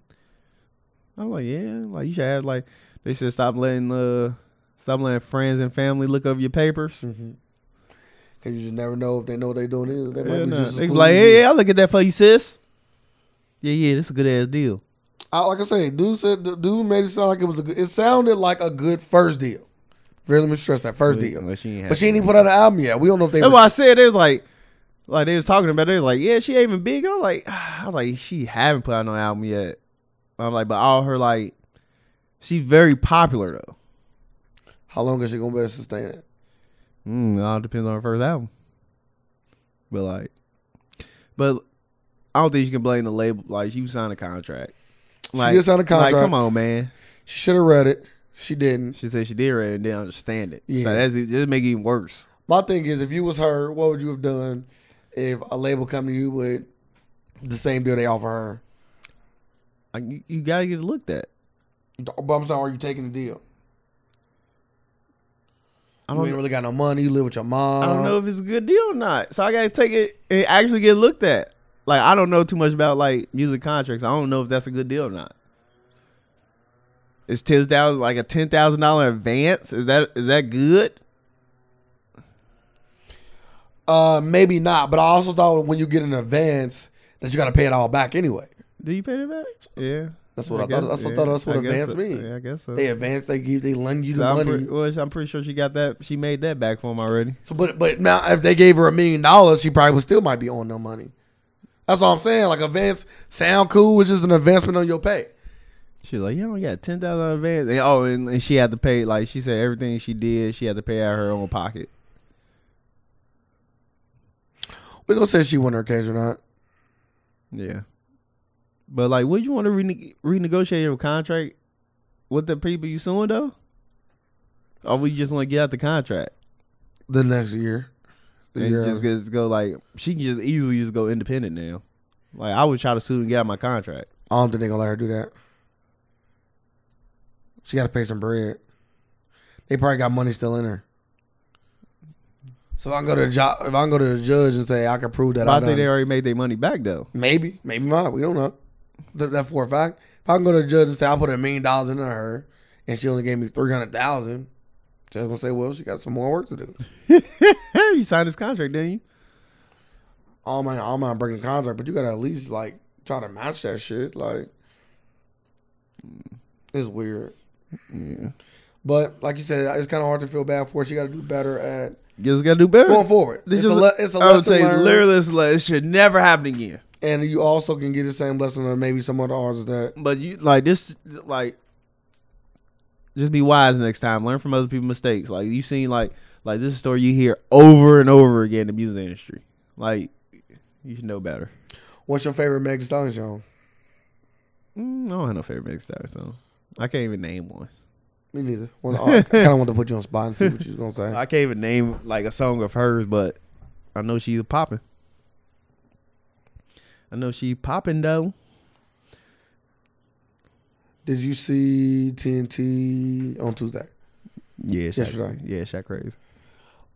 S1: I was like yeah like you should have like they said stop letting uh stop letting friends and family look over your papers.
S2: Mhm. Cause you just never know if they know what they doing is. They might
S1: Hell
S2: be
S1: nah.
S2: just as
S1: They be
S2: clueless
S1: like
S2: as
S1: yeah
S2: you.
S1: yeah I look at that for you sis. Yeah yeah this a good ass deal.
S2: I, like I say, dude said dude made it sound like it was a good. It sounded like a good first deal. Really, let me stress that first deal.
S1: Unless she ain't
S2: But she ain't even put out an album yet. We don't know if they.
S1: That's why I said it was like, like they was talking about it. It was like, yeah, she ain't even big. I was like, [SIGHS] I was like, she haven't put out no album yet. I'm like, but all her like, she's very popular though.
S2: How long is she gonna be able to sustain it?
S1: Mm, it all depends on her first album. But like, but I don't think you can blame the label. Like, you signed a contract.
S2: did sign a contract.
S1: Like, come on, man.
S2: She should have read it. She didn't.
S1: She said she did read it and didn't understand it.
S2: Yeah.
S1: So that's just make it even worse.
S2: My thing is, if you was her, what would you have done if a label come to you with the same deal they offer her?
S1: Like, you, you gotta get it looked at.
S2: But I'm sorry, are you taking the deal?
S1: I
S2: You
S1: don't
S2: ain't really got no money. You live with your mom.
S1: I don't know if it's a good deal or not. So I gotta take it and actually get looked at. Like I don't know too much about like music contracts. I don't know if that's a good deal or not. Is ten thousand like a ten thousand dollar advance? Is that is that good?
S2: Uh, maybe not. But I also thought when you get an advance that you got to pay it all back anyway.
S1: Do you pay that back? Yeah,
S2: That's what I,
S1: guess-
S2: thought. That's what I
S1: yeah,
S2: thought. That's what
S1: I guess
S2: advance
S1: so.
S2: means.
S1: Yeah, I guess so.
S2: They advance. They give. They lend you the
S1: So I'm,
S2: money.
S1: pretty, well, I'm pretty sure she got that. She made that back for him already.
S2: So, but but now if they gave her a million dollars, she probably would still might be on no money. That's what I'm saying. Like advance sound cool, which is an advancement on your pay.
S1: She's like, you only got ten thousand advance. And, oh, and, and she had to pay. Like she said, everything she did, she had to pay out of her own pocket.
S2: We gonna say she won her case or not?
S1: Yeah. But like, would you want to rene- renegotiate your contract with the people you suing though? Or we just want to get out the contract
S2: The next year. The
S1: and
S2: year
S1: just,
S2: after.
S1: just go like she can just easily just go independent now. Like I would try to sue and get out my contract.
S2: I don't think they gonna let her do that. She gotta pay some bread. They probably got money still in her. So if I can go to the job, if I can go to the judge and say I can prove that
S1: But I
S2: I,
S1: think
S2: done,
S1: they already made their money back
S2: [LAUGHS]
S1: though. [LAUGHS]
S2: maybe, maybe not. We don't know. Th- That for a fact. If I can go to the judge and say I put a million dollars into her, and she only gave me three hundred thousand, judge gonna say, well, she got some more work to do.
S1: you signed this contract, didn't you?
S2: All my, all my breaking the contract, but you gotta at least like try to match that shit. Like,
S1: Mm.
S2: It's weird.
S1: Yeah,
S2: But like you said, it's kind of hard to feel bad for. She got to do better at
S1: just gotta do better.
S2: going forward.
S1: This
S2: it's, a
S1: just-
S2: le- it's a
S1: I would
S2: lesson
S1: say
S2: learned,
S1: literally, it's like, it should never happen again.
S2: and you also can get the same lesson that maybe some other artists that
S1: But you like this, like just be wise next time. Learn from other people's mistakes. Like you've seen, like like this story you hear over and over again in the music industry. Like you should know better.
S2: What's your favorite Meg Thee Stallion song?
S1: Mm, I don't have no favorite mix star, so I can't even name one.
S2: Me neither. Well, I kind of want to put you on the spot and see what you was gonna
S1: [LAUGHS]
S2: say.
S1: I can't even name like a song of hers, but I know she's popping. I know she popping though.
S2: Did you see TNT on Tuesday?
S1: Yeah, Shaq,
S2: Yes, right.
S1: yeah, Shaq crazy.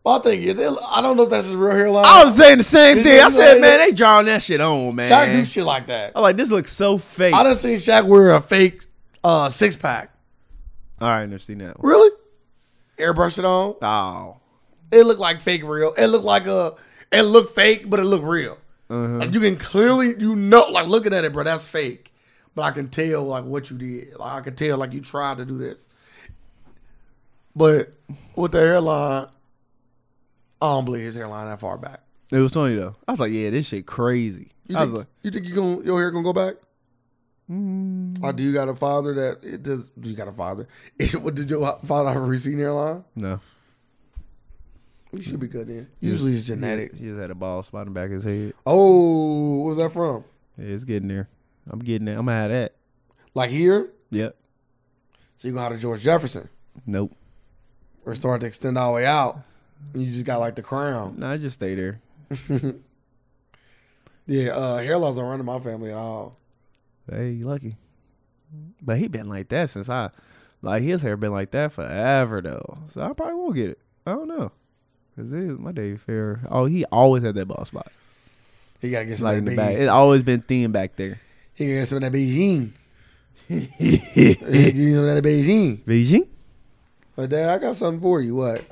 S2: My thing is, it- I don't know if that's his real hairline.
S1: I was saying the same
S2: Did
S1: thing.
S2: you
S1: I said,
S2: know
S1: man, they drawing that shit on, man.
S2: Shaq do shit like that.
S1: I'm like, this looks so fake.
S2: I done seen Shaq wear a fake uh, six pack.
S1: All right, I never seen that one.
S2: Really? Airbrush it on.
S1: Oh.
S2: It looked like fake real. It looked like a. It looked fake, but it looked real.
S1: Uh-huh.
S2: Like you can clearly, you know, like looking at it, bro, that's fake. But I can tell like what you did. Like I can tell like you tried to do this. But with the hairline, I don't believe his hairline that far back.
S1: It was funny though. I was like, yeah, this shit crazy.
S2: You
S1: I
S2: think,
S1: was like,
S2: you think you gonna your hair gonna go back?
S1: mm,
S2: Like, do you got a father that it does? Do you got a father? [LAUGHS] what did your father have a receding hairline?
S1: no.
S2: You should be good then. Usually it's genetic.
S1: He just had a ball spot in the back of his head.
S2: Oh, where's that from?
S1: Yeah, it's getting there. I'm getting that. I'm gonna have that.
S2: Like here?
S1: Yep.
S2: So you gonna have to George Jefferson
S1: Nope.
S2: or start to extend all the way out. And you just got like the crown.
S1: No, I just stay there.
S2: Yeah, uh, hair loss don't run in my family at all.
S1: Hey, you lucky. But he been like that since I, like his hair been like that forever though. So I probably won't get it. I don't know, cause it is my David Fair. Oh, he always had that ball spot,
S2: He gotta get some
S1: like
S2: of
S1: in
S2: that
S1: the
S2: big.
S1: back. It always been thin back there. [LAUGHS]
S2: He gotta get some of that Beijing. He gotta
S1: Beijing,
S2: get some of that Beijing.
S1: Beijing,
S2: But dad, I got something for you. What?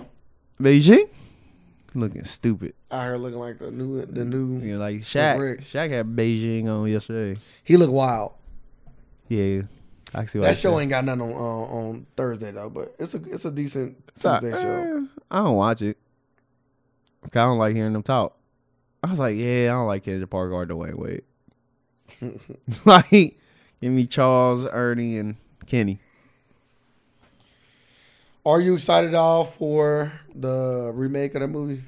S1: looking stupid.
S2: Out here looking like the new the new
S1: You know, like Shaq.
S2: Rick.
S1: Shaq had Beijing on yesterday.
S2: he look wild.
S1: Yeah, I can see why.
S2: That
S1: he
S2: show
S1: said-
S2: ain't got nothing on uh, on Thursday though, but it's a it's a decent
S1: So,
S2: Tuesday show.
S1: eh, I don't watch it. 'Cause I don't like hearing them talk. I was like, yeah, I don't like Kendrick Parker or Dwayne
S2: [LAUGHS]
S1: Wade. [LAUGHS] like, give me Charles, Ernie, and Kenny.
S2: Are you excited at all for the remake of that movie?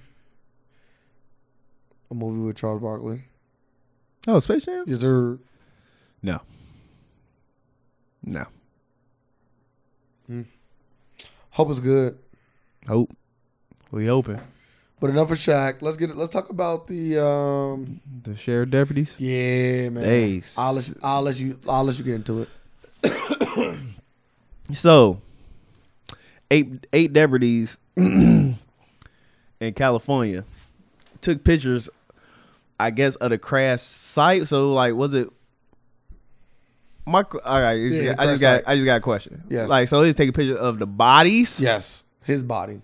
S2: A movie with Charles Barkley.
S1: Oh, Space Jam?
S2: Yes, sir.
S1: No. No.
S2: Hope it's good.
S1: Hope. We open.
S2: But enough of Shaq. Let's get it. Let's talk about the um.
S1: The sheriff deputies.
S2: Yeah, man.
S1: Hey,
S2: I'll let, I'll let you. I'll let you get into it.
S1: So, eight eight deputies [CLEARS THROAT] in California took pictures, I guess, of the crash site. So, like, was it my? qu- All right, it's-
S2: Yeah, the
S1: I just
S2: crash
S1: got
S2: site.
S1: I just got a question.
S2: Yes.
S1: Like, so he's taking pictures of the bodies.
S2: Yes, his body.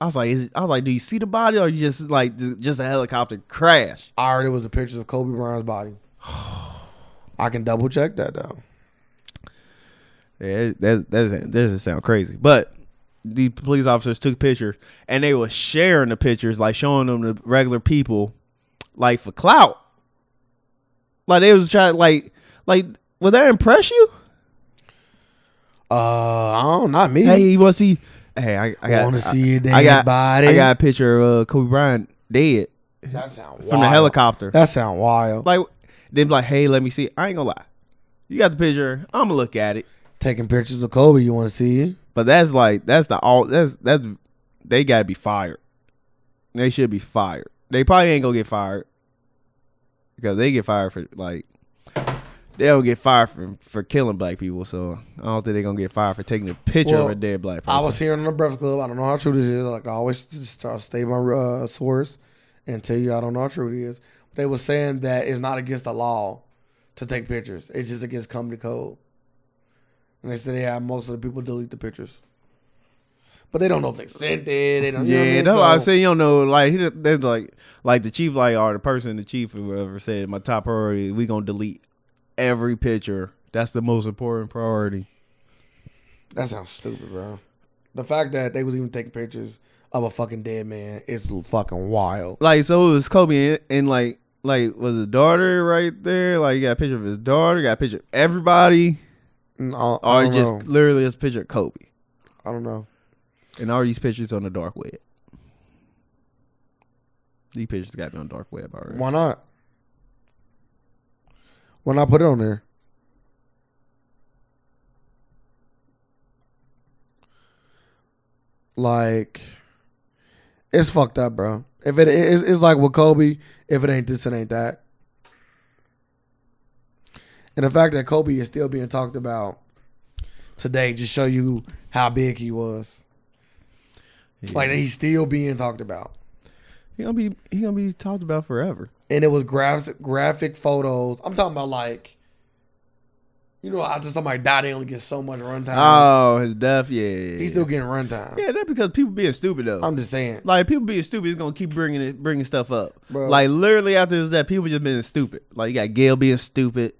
S1: I was like, is, I was like, do you see the body or you just like th- just a helicopter crash?
S2: I already was a picture of Kobe Bryant's body. [SIGHS] I can double check that though.
S1: Yeah, that that doesn't, that doesn't sound crazy, but. The police officers took pictures and they were sharing the pictures, like showing them to regular people like for clout. Like they was trying, like, like would that impress you?
S2: Uh, I don't. Not me.
S1: Hey, you want to see? Hey, I, I got.
S2: Want to
S1: I-
S2: see a dead
S1: I got.
S2: body?
S1: I got a picture of uh, Kobe Bryant dead
S2: that sound wild.
S1: from the helicopter.
S2: That sound wild.
S1: Like, then be like, hey, let me see. it. I ain't gonna lie. You got the picture. I'm gonna look at it.
S2: Taking pictures of Kobe. You want to see?
S1: But that's like that's the all that's that's they gotta be fired. They should be fired. They probably ain't gonna get fired because they get fired for like they don't get fired for for killing black people. So I don't think they're gonna get fired for taking a picture
S2: Well,
S1: of a dead black person.
S2: I was hearing on the Breakfast Club. I don't know how true this is. Like I always just try to stay my uh, source and tell you I don't know how true it is. They were saying that it's not against the law to take pictures. It's just against company code. And they said they have most of the people delete the pictures, but they don't know if they sent it. They don't. you know what I
S1: yeah,
S2: mean?
S1: that's why I
S2: So-
S1: say you don't know. Like he just- that's like like the chief, like or the person, the chief, or whoever said my top priority. We gonna delete every picture That's the most important priority.
S2: That sounds stupid, bro. The fact that they was even taking pictures of a fucking dead man is fucking wild.
S1: Like so, it was Kobe and, and like like was his daughter right there. Like he got a picture of his daughter, got a picture of everybody,
S2: No,
S1: or
S2: I don't
S1: uh, just
S2: know.
S1: literally just picture of Kobe
S2: I don't know.
S1: and all these pictures on the dark web. These pictures got to be on dark web already.
S2: Why not? Why not put it on there? Like, it's fucked up, bro. If it is, it's like with Kobe. If it ain't this, it ain't that. And the fact that Kobe is still being talked about today just show you how big he was.
S1: Yeah.
S2: Like he's still being talked about.
S1: he gonna be he gonna be talked about forever.
S2: and it was graphic graphic photos. I'm talking about like, you know, after somebody died, they only get so much runtime.
S1: Oh, his death. Yeah, yeah,
S2: Uh, He's still getting runtime.
S1: yeah. That's because people being stupid though.
S2: I'm just saying.
S1: like people being stupid is gonna keep bringing it, bringing stuff up.
S2: Bro.
S1: Like literally after this, that people just being stupid. Like you got Gail being stupid,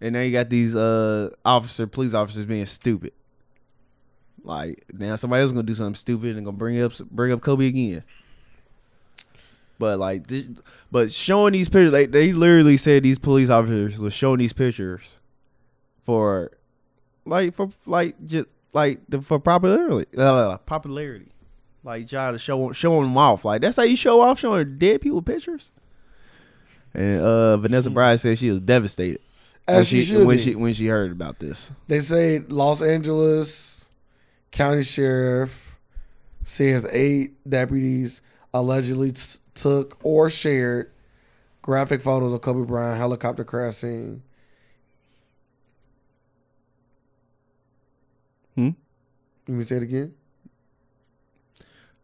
S1: and now you got these uh officer, police officers being stupid. Like now somebody else gonna do something stupid and gonna bring up bring up Kobe again. But like, this, but showing these pictures, like they literally said these police officers was showing these pictures for, like for like just like the, for popularity, uh, popularity, like try to show show them off. Like that's how you show off, showing dead people pictures. And uh, Vanessa Bryant said she was devastated when
S2: As she, should.
S1: when
S2: be.
S1: she when she heard about this.
S2: they say Los Angeles County Sheriff says eight deputies allegedly t- took or shared graphic photos of Kobe Bryant helicopter crash scene.
S1: Hmm?
S2: Let me say it again.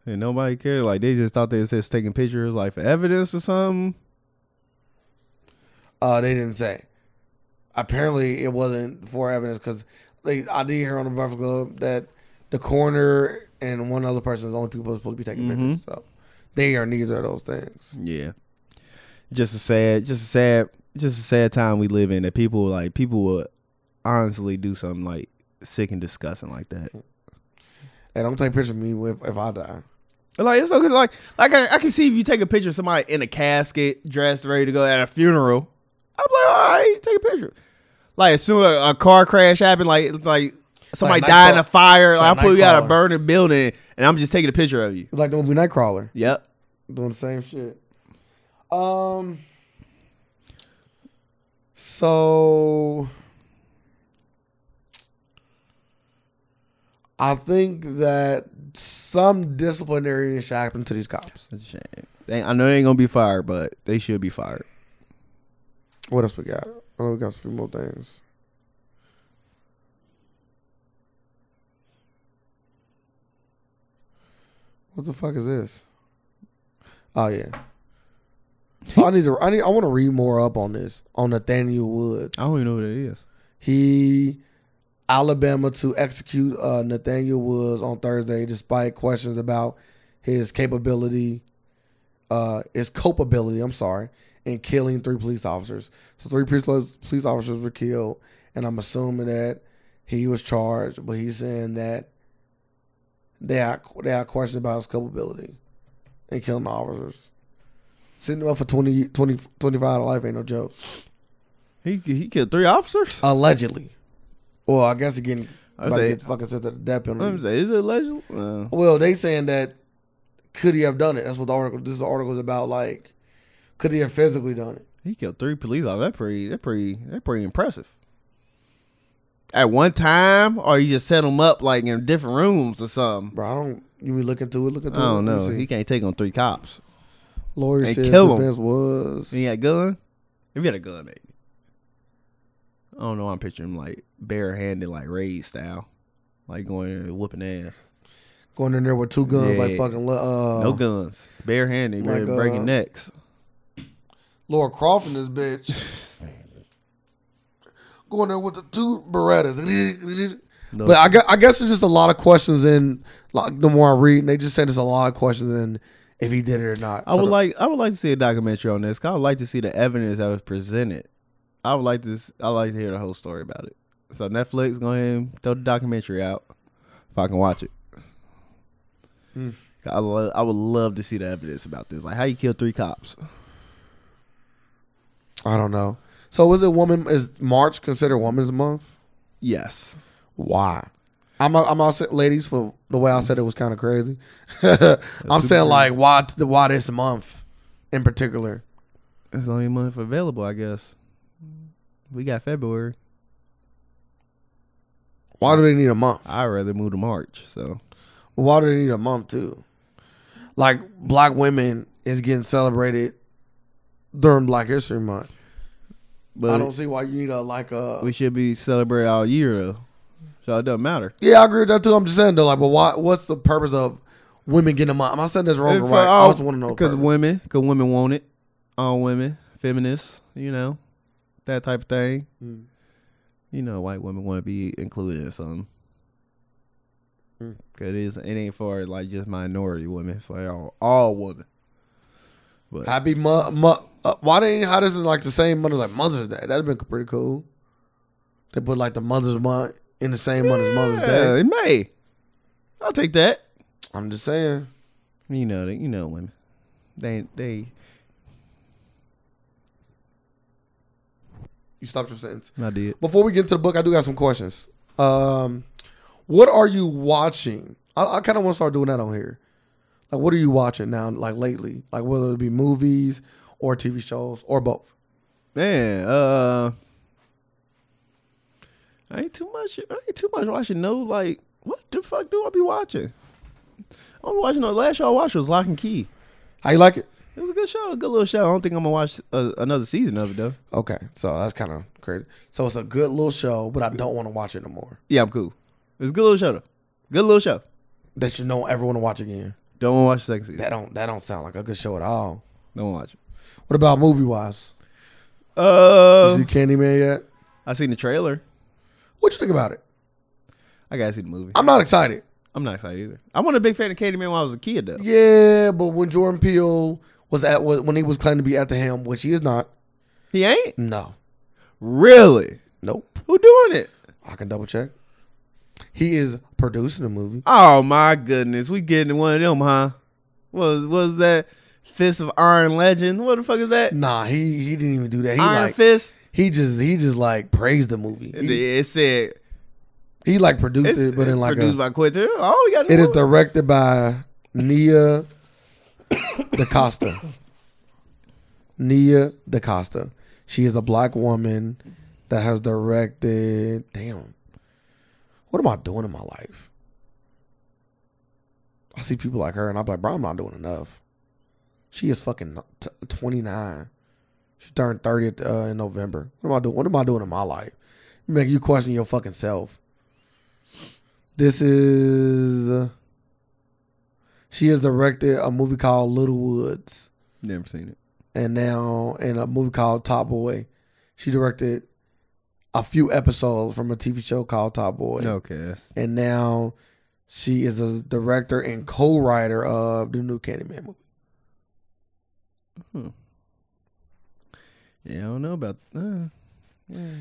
S1: And nobody cared. Like they just thought they was just taking pictures like for evidence or something.
S2: Uh, they didn't say. Apparently, it wasn't for evidence because they. I did hear on the Buffalo Globe that the coroner and one other person is the only people who are supposed to be taking pictures. So they are neither of those things.
S1: Yeah. Just a sad, just a sad, just a sad time we live in that people like people would honestly do something like sick and disgusting like that.
S2: And I'm taking pictures of me if, if I die.
S1: Like it's okay. Like like I, I can see if you take a picture of somebody in a casket, dressed, ready to go at a funeral. I'm like, all right, take a picture. Like as soon as a, a car crash happened, like like somebody
S2: Like
S1: died in a
S2: Nightcrawler.
S1: fire, like,
S2: Like
S1: I put you out a
S2: Nightcrawler.
S1: burning building, and I'm just taking a picture of you.
S2: It's like the movie Nightcrawler,
S1: Yep.
S2: doing the same shit. Um. So. I think that some disciplinary should happen to these cops.
S1: That's a shame. They, I know they ain't gonna be fired, but they should be fired.
S2: What else we got? I know we got a few more things. What the fuck is this? Oh yeah. So I need to. I need. I want to read more up on this. On Nathaniel Woods.
S1: I don't even know who that is.
S2: He Alabama to execute uh, Nathaniel Woods on Thursday, despite questions about his capability, uh, his culpability. I'm sorry, in killing three police officers. So three police police officers were killed, and I'm assuming that he was charged, but he's saying that they are they are questioned about his culpability in killing officers. Sitting up for 20, 20 25 to life ain't no joke.
S1: He he killed three officers.
S2: Allegedly. Well, I guess again,
S1: I
S2: about to
S1: say-
S2: get fucking sent to the death
S1: Let me
S2: penalty.
S1: say, is it alleged? Uh,
S2: Well, they saying that could he have done it? That's what the article. This article is about. Like, could he have physically done it?
S1: he killed three police officers. That pretty that pretty that pretty impressive. At one time, or you just set them up like in different rooms or something.
S2: Bro, I don't. You be looking to it, looking
S1: I
S2: to it.
S1: don't
S2: Let me
S1: know.
S2: see.
S1: He can't take on three cops.
S2: Lawyer
S1: they
S2: says
S1: kill him.
S2: defense was.
S1: He had a gun. If he had a gun, maybe. I don't know. I'm picturing him like barehanded, like raid style, like going in there whooping ass.
S2: Going in there with two guns, like
S1: Yeah.
S2: fucking. Uh,
S1: No guns, barehanded,
S2: Like,
S1: breaking- breaking
S2: uh,
S1: necks.
S2: Laura Croft in this bitch. Going there with the two Berettas.
S1: No.
S2: But I guess, I guess there's just a lot of questions in like the more I read, and they just said there's a lot of questions in if he did it or not.
S1: I would like I would like to see a documentary on this. 'cause I would like to see the evidence that was presented. I would like to s- I would like to hear the whole story about it. So Netflix, go ahead and throw the documentary out if I can watch it.
S2: Mm.
S1: I, lo- I would love to see the evidence about this. Like how you killed three cops.
S2: I don't know. So is it woman? Is March considered Women's Month?
S1: Yes.
S2: Why? I'm i I'm all set, ladies for the way I said it was kind of crazy. [LAUGHS] I'm saying like why t- why this month in particular?
S1: It's the only month available, I guess. We got February.
S2: Why do they need a month?
S1: I'd rather move to March. So
S2: Why do they need a month too? Like black women is getting celebrated during Black History Month. I
S1: but
S2: don't see why you need a like a
S1: we should be celebrating all year though. So it doesn't matter.
S2: Yeah, I agree with that too. I'm just saying though, like, but why? What's the purpose of women getting a month? Am I saying this wrong or
S1: For
S2: right? I
S1: all-
S2: just want to know. the
S1: uh, because
S2: purpose.
S1: women, because women want it. All women, feminists, you know, that type of thing.
S2: Mm.
S1: You know, white women want to be included in something.
S2: Mm.
S1: Cause it is, it ain't for like just minority women, it's for all, all women. But
S2: Happy mu- mu- uh, Why they ain't how this is like the same month as like Mother's Day? That'd been pretty cool. They put like the Mother's Month in the same month as Mother's
S1: yeah,
S2: Day.
S1: in May, I'll take that.
S2: I'm just saying.
S1: You know that you know women. They they
S2: You stopped your sentence.
S1: I did.
S2: Before we get into the book, I do got some questions. Um, what are you watching? I, I kind of want to start doing that on here. Like, what are you watching now? Like lately, like whether it be movies or TV shows or both.
S1: Man, uh I ain't too much I ain't too much watching no like what the fuck do I be watching? I'm watching the last show I watched was Lock and Key.
S2: How you like it?
S1: It was a good show, a good little show. I don't think I'm gonna watch uh, another season of it though.
S2: Okay, so that's kind of crazy. So it's a good little show, but I don't want to watch it no more.
S1: Yeah, I'm cool. It's a good little show though. Good little show.
S2: That you don't ever want to watch again.
S1: Don't wanna watch the second season.
S2: That don't that don't sound like a good show at all.
S1: Don't wanna watch it.
S2: What about movie wise?
S1: Uh,
S2: Is you Candyman yet?
S1: I seen the trailer.
S2: What you think about it?
S1: I gotta see the movie.
S2: I'm not excited.
S1: I'm not excited either. I wasn't a big fan of Candyman when I was a kid though.
S2: Yeah, but when Jordan Peele was at was- when he was claiming to be at the helm, which he is not.
S1: He ain't
S2: No,
S1: really.
S2: nope.
S1: Who doing it?
S2: I can double check. He is producing the movie.
S1: Oh my goodness, we getting one of them, huh? Was was that Fist of Iron Legend? What the fuck is that?
S2: Nah, he he didn't even do that. He
S1: Iron
S2: like
S1: Fist.
S2: he just he just like praised the movie.
S1: It,
S2: He,
S1: it said
S2: he, like produced
S1: it's
S2: it, but in like a,
S1: produced by Quentin. Oh, we got
S2: It is directed by Nia DaCosta. Nia DaCosta. She is a black woman that has directed. Damn. What am I doing in my life? I see people like her and I'm like, bro, I'm not doing enough. She is fucking t- 29. She turned 30 at- uh, in November. What am I doing? What am I doing in my life? Make you question your fucking self. This is. She has directed a movie called Little Woods,
S1: never seen it.
S2: and now in a movie called Top Boy. She directed a few episodes from a TV show called Top Boy,
S1: Okay, that's-
S2: and now she is a director and co-writer of the new Candyman movie.
S1: yeah, I don't know about. Uh,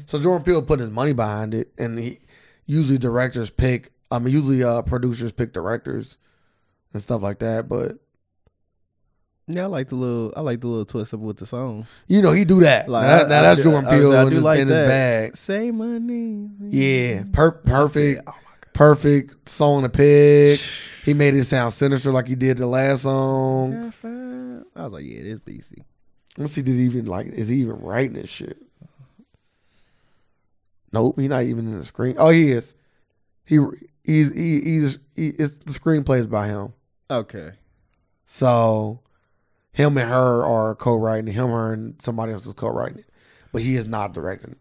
S2: So Jordan Peele put his money behind it, and he usually directors pick. I mean, usually uh, producers pick directors and stuff like that. But
S1: yeah, I like the little. I like the little twist up with the song.
S2: you know, he do that.
S1: Like,
S2: now, that-
S1: I-
S2: now
S1: I
S2: that's
S1: do-
S2: Jordan
S1: I was-
S2: Peele
S1: I
S2: in,
S1: do
S2: his,
S1: like
S2: in his
S1: that.
S2: bag.
S1: Say my name.
S2: Yeah, per- perfect,
S1: Oh my god.
S2: perfect song
S1: [SIGHS]
S2: to pick. He made it sound sinister like he did the last song.
S1: High five. I was like, yeah, this BC.
S2: Let's see, did he even like? Is he even writing this shit? Nope, he's not even in the screen. Oh, he is. He he's he, he's he, it's the screenplay is by him.
S1: Okay.
S2: So him and her are co-writing. it. Him, her, and somebody else is co-writing it, but he is not directing. it.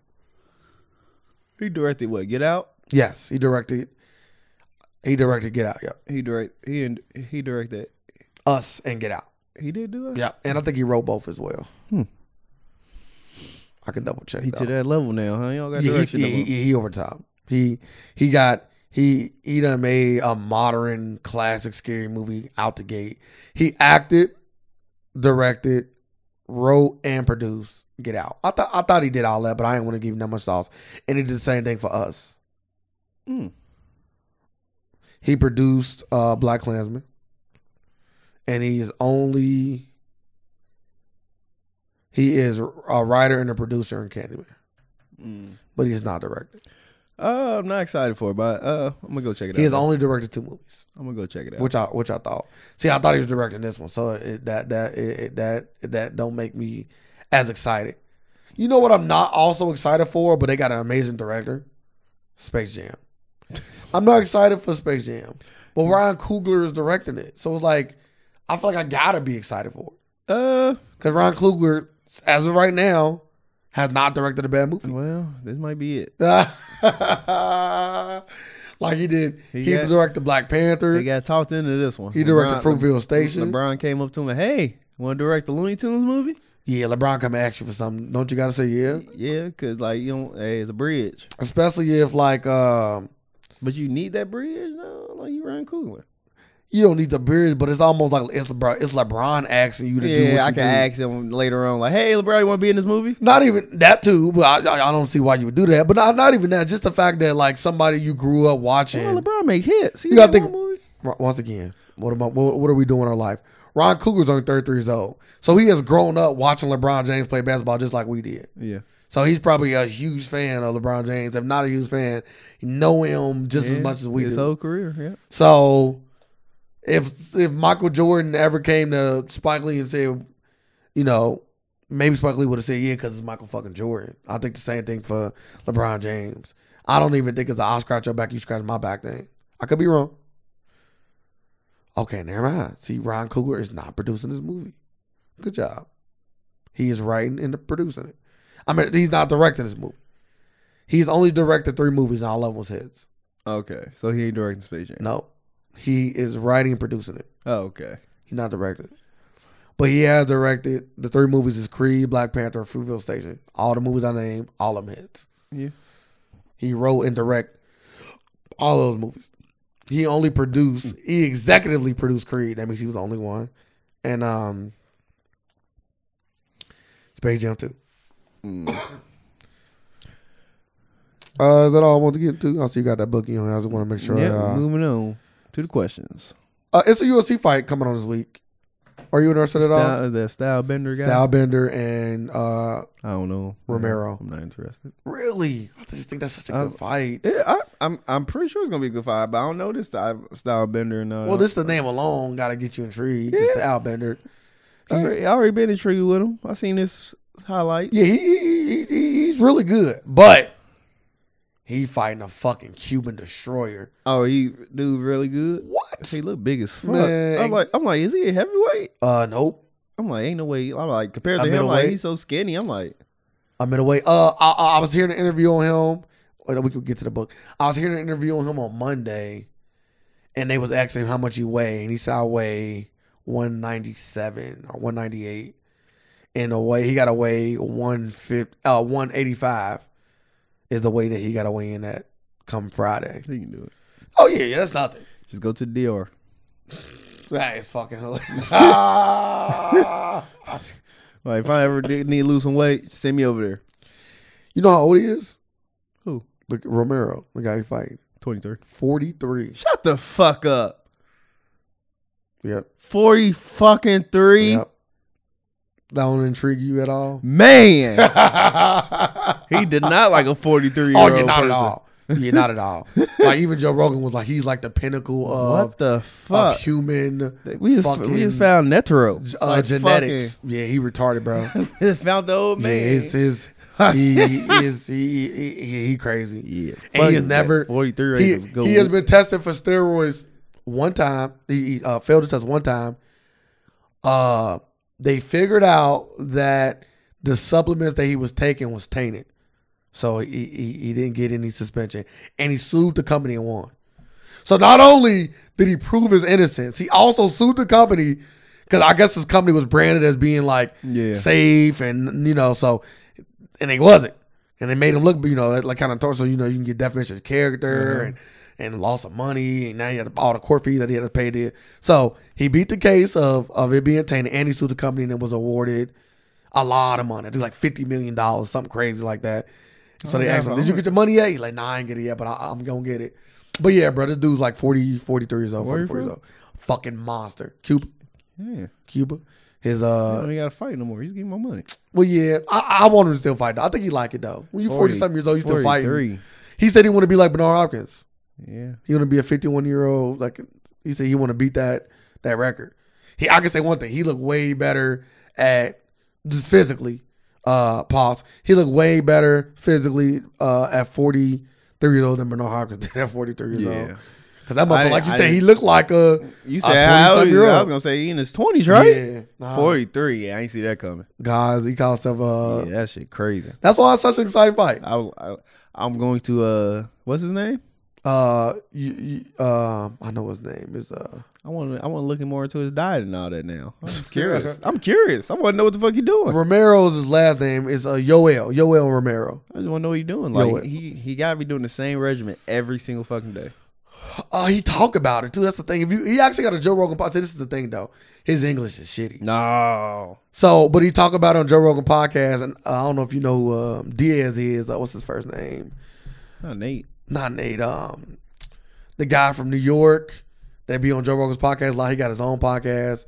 S1: He directed what? Get out.
S2: Yes, he directed. He directed Get Out. Yep,
S1: He direct. He and he directed.
S2: Us and Get Out.
S1: He did do it.
S2: Yeah, and I think he wrote both as well.
S1: Hmm.
S2: I can double check.
S1: He to
S2: though.
S1: that level now, huh? Y'all got
S2: Yeah,
S1: direction.
S2: he,
S1: no
S2: yeah,
S1: more.
S2: he, he, he over top. He he got he he done made a modern classic scary movie out the gate. He acted, directed, wrote and produced Get Out. I thought I thought he did all that, but I didn't want to give him that much sauce. And he did the same thing for us.
S1: Mm.
S2: He produced uh, Black Klansman, and he is only he is a writer and a producer in Candyman,
S1: Mm.
S2: but he is not directed.
S1: Uh, I'm not excited for it, but uh, I'm gonna go check it
S2: He
S1: out.
S2: has only directed two movies,
S1: I'm gonna go check it out.
S2: which I which I thought. See, I thought he was directing this one, so it, that that it, it- that that don't make me as excited. You know what I'm not also excited for, but they got an amazing director,
S1: [LAUGHS]
S2: Space Jam. I'm not excited for Space Jam, but Ryan Coogler is directing it, so it's like I feel like I gotta be excited for it
S1: uh,
S2: because Ryan Coogler, as of right now, has not directed a bad movie. [LAUGHS]
S1: well, this might be it.
S2: like he did.
S1: He
S2: He,
S1: got-
S2: directed Black Panther.
S1: They got talked into this one.
S2: he directed
S1: LeBron-
S2: Fruitville Station.
S1: LeBron came up to me, hey, want to direct the Looney Tunes movie?
S2: Yeah, LeBron come ask you for something. Don't you gotta say yeah?
S1: Yeah, because, like, you don't, hey, it's a bridge.
S2: Especially if like um
S1: But you need that bridge now? Like, you Ryan Coogler.
S2: you don't need the beard, but it's almost like it's LeBron. It's LeBron asking you to do what you
S1: Yeah, I can ask
S2: do.
S1: him later on, like, hey, LeBron, you want to be in this movie?
S2: Not even that too, but I, I I don't see why you would do that. But not, not even that. Just the fact that like somebody you grew up watching.
S1: Well, LeBron make hits. He
S2: You gotta
S1: made
S2: think-
S1: one movie.
S2: Ro- once again, what about what, what are we doing in our life? Ron Cougar's only 33 years old. So he has grown up watching LeBron James play basketball just like we did.
S1: Yeah.
S2: So he's probably a huge fan of LeBron James. If not a huge fan, know him just as
S1: Yeah,
S2: much as we
S1: His
S2: do.
S1: whole career, yeah.
S2: So if if Michael Jordan ever came to Spike Lee and said, you know, maybe Spike Lee would have said, yeah, because it's Michael fucking Jordan. I think the same thing for LeBron James. I don't even think it's a I scratch your back, you scratch my back thing. I could be wrong. Okay, never mind. See, Ron Coogler is not producing this movie. Good job. He is writing and producing it. I mean, he's not directing this movie. He's only directed three movies, and all of them was hits.
S1: Okay, so he ain't directing Space Jam.
S2: No, he is writing and producing it.
S1: Oh, okay.
S2: He's not directing it. But he has directed the three movies is Creed, Black Panther, and Fruitville Station. All the movies I named, all of them hits.
S1: Yeah.
S2: He wrote and direct all those movies. He only produced, he executively produced Creed. That means he was the only one. And um Space Jam 2.
S1: Mm.
S2: Uh, is that all I want to get into? I see you got that book in your hand. I just want to make sure.
S1: Yeah,
S2: uh,
S1: moving on to the questions.
S2: uh, it's a UFC fight coming on this week. Are you interested at all?
S1: Style, the style bender guy.
S2: Stylebender and uh
S1: I don't know.
S2: Romero.
S1: I'm not interested.
S2: really, I just think that's such a
S1: I-
S2: good fight.
S1: Yeah, I, I'm I'm pretty sure it's gonna be a good fight, but I don't know this style, style bender. uh, No,
S2: well, this the name alone got to get you intrigued. Just the Outbender.
S1: I already, I already been intrigued with him. I seen this highlight.
S2: Yeah, he, he, he- he- he's really good, but he fighting a fucking Cuban destroyer.
S1: Oh, he dude really good.
S2: What?
S1: He look big as fuck.
S2: Man.
S1: I'm like I'm like, is he a heavyweight?
S2: Uh, nope.
S1: I'm like, ain't no way. I'm like, compared
S2: A
S1: to him, like
S2: middleweight?
S1: he's so skinny. I'm like,
S2: I'm in a way. Uh, I, I I was hearing an interview on him. Wait, we could get to the book. I was hearing an interview on him on Monday, and they was asking him how much he weigh, and he said I weigh 197 or 198. And the way he got to weigh 150, uh, 185 is the way that he got to weigh in at come Friday.
S1: he can do it.
S2: Oh yeah, yeah, that's nothing.
S1: Just go to the DR.
S2: That is fucking hilarious.
S1: Like if I ever did need to lose some weight, send me over there.
S2: [LAUGHS] you know how old he is?
S1: Who?
S2: Look, Romero, the guy he fighting,
S1: 23.
S2: 43.
S1: Shut the fuck up.
S2: Yep.
S1: 40 fucking three.
S2: Yep. That don't intrigue you at [LAUGHS] all?
S1: Man.
S2: he
S1: he did not like a 43 year
S2: Oh,
S1: old.
S2: yeah, not
S1: person.
S2: at all. [LAUGHS] Yeah, not at all. like even Joe Rogan was like, he's like the pinnacle
S1: What
S2: of,
S1: the
S2: of
S1: fuck?
S2: human uh,
S1: We just, we just
S2: fucking-
S1: found Netero.
S2: uh,
S1: Like,
S2: genetics. Yeah, he retarded, bro. [LAUGHS] yeah,
S1: fucking- [LAUGHS] just found the old man.
S2: his his he he is he he, he, he crazy.
S1: yeah.
S2: And he has
S1: fucking
S2: never
S1: that 43
S2: he,
S1: rate was gold.
S2: he has been tested for steroids one time. He he, uh, failed to test one time. Uh, they figured out that the supplements that he was taking was tainted, so he, he he didn't get any suspension, and he sued the company and won. So not only did he prove his innocence, he also sued the company because I guess his company was branded as being like
S1: Yeah.
S2: safe and you know so, and it wasn't, and they made him look you know like kind of torso. You know you can get defamation of character and and loss of money, and now he had all the court fees that he had to pay there. So he beat the case of of it being tainted, and he sued the company and was awarded a lot of money. I think like fifty million dollars, something crazy like that. So
S1: Oh,
S2: they
S1: yeah,
S2: asked him,
S1: bro.
S2: "Did you get your money yet?" He's like, "Nah, I ain't get it yet, but I, I'm gonna get it." But yeah, bro, this dude's like 40, 43 years old,
S1: Where you
S2: 44 years
S1: from?
S2: old, fucking monster. Cuba,
S1: Yeah.
S2: Cuba. His
S1: I
S2: uh,
S1: don't got to fight no more. He's getting my
S2: [LAUGHS]
S1: money.
S2: well, yeah, I, I want him to still fight. Though. I think he like it though. When you 40
S1: 40,
S2: something years old, you still fighting.
S1: 43.
S2: He said he want to be like Bernard Hopkins.
S1: Yeah.
S2: He want to be a 51 year old. Like he said, he want to beat that that record. He, I can say one thing. He looked way better at just physically. Uh, pause. He looked way better physically uh, at 43 years old than Bernard Hopkins [LAUGHS] did at 43 years
S1: Yeah.
S2: old. Because that motherfucker,
S1: didn't-
S2: like you
S1: I
S2: said,
S1: didn't-
S2: he looked like a
S1: You
S2: A
S1: said how old
S2: 20-something
S1: is he?
S2: year
S1: I
S2: old.
S1: was gonna say he in his twenties, right?
S2: Yeah, nah.
S1: Forty three. Yeah, I ain't see that coming.
S2: guys. He called himself. Uh,
S1: yeah, that shit crazy.
S2: That's why it's such an exciting fight.
S1: I, was- I I'm going to uh, what's his name?
S2: Uh, you, you, uh, I know his name is uh.
S1: I want to I want to look more into his diet and all that now. I'm [LAUGHS] curious. I'm curious. I want to know what the fuck he doing.
S2: Romero's his last name is uh, Yoel. Yoel Romero.
S1: I just want to know what he doing.
S2: Yo,
S1: Like
S2: what-
S1: he he got to be doing the same regimen every single fucking day.
S2: Oh, he talk about it too. That's the thing. If you, he actually got a Joe Rogan podcast. This is the thing though. His English is shitty.
S1: No.
S2: So, but he talk about it on Joe Rogan podcast, and I don't know if you know who um, Diaz is. Uh, what's his first name?
S1: Not Nate.
S2: Not Nate. Um, the guy from New York that be on Joe Rogan's podcast. Like he got his own podcast.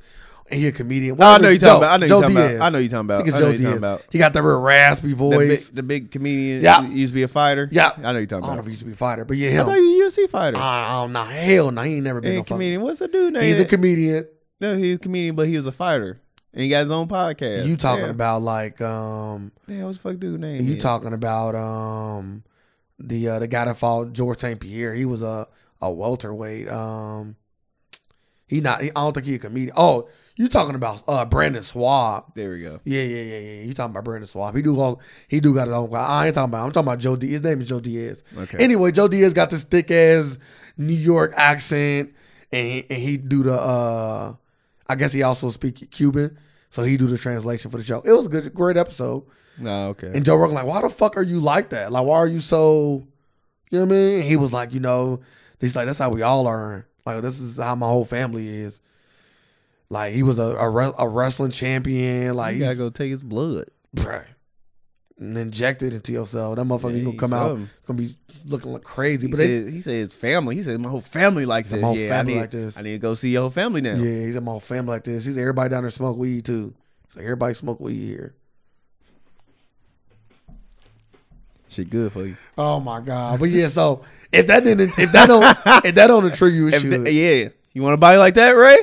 S2: And he a comedian.
S1: No, I know
S2: Whatever,
S1: you
S2: Joe-
S1: talking about. I know you
S2: Joe
S1: talking
S2: Diaz.
S1: about. I know you talking
S2: I
S1: about.
S2: think it's
S1: I know
S2: Joe
S1: you talking
S2: Diaz.
S1: about.
S2: He got that real raspy
S1: The big,
S2: voice.
S1: the big comedian.
S2: Yeah.
S1: Yeah. Used to be a fighter.
S2: Yeah.
S1: I know you talking
S2: I don't know if
S1: about.
S2: he used to be a fighter, but yeah,
S1: I
S2: him.
S1: thought you were a UFC fighter.
S2: I don't know. Hell no, he ain't never been
S1: and
S2: no fucking.
S1: comedian. What's the dude name?
S2: He's a comedian.
S1: no, he's a comedian, but he was a fighter. And he got his own podcast.
S2: You talking
S1: Damn.
S2: about like um
S1: Damn, what's the fuck dude name?
S2: you
S1: is?
S2: talking about um the uh the guy that fought George St. Pierre. He was a a welterweight. Um he not he, I don't think he a comedian. Oh, you talking about uh Brandon Swab.
S1: There we go.
S2: Yeah, yeah, yeah, yeah. You talking about Brandon Swab. He do all he do got his own I ain't talking about I'm talking about Joe D. His name is Joe Diaz.
S1: Okay.
S2: Anyway, Joe Diaz got this thick ass New York accent, and he, and he do the. uh I guess he also speak Cuban, so he do the translation for the show. It was a good, great episode.
S1: no, okay.
S2: And Joe Rogan like, why the fuck are you like that? Like, why are you so? You know what I mean? And he was like, you know, he's like, that's how we all are. Like, this is how my whole family is. Like, he was a a, wre- a wrestling champion. Like,
S1: you
S2: he,
S1: gotta go take his blood.
S2: bruh, and inject it into yourself. That motherfucker
S1: Yeah,
S2: you gonna
S1: he's
S2: come out,
S1: something.
S2: gonna be looking like crazy.
S1: He
S2: but they,
S1: said, he said his family. He said my whole family likes
S2: My
S1: this.
S2: whole
S1: yeah,
S2: family
S1: I need,
S2: like this.
S1: I need to go see your whole family now.
S2: Yeah, he's in my whole family like this. He's everybody down there smoke weed too. So everybody smoke weed here.
S1: Shit, good for you.
S2: Oh my god! But yeah, so if that didn't, if that
S1: [LAUGHS]
S2: don't, if that don't trigger you, it
S1: If
S2: should.
S1: th- yeah, you want a body like that, Ray?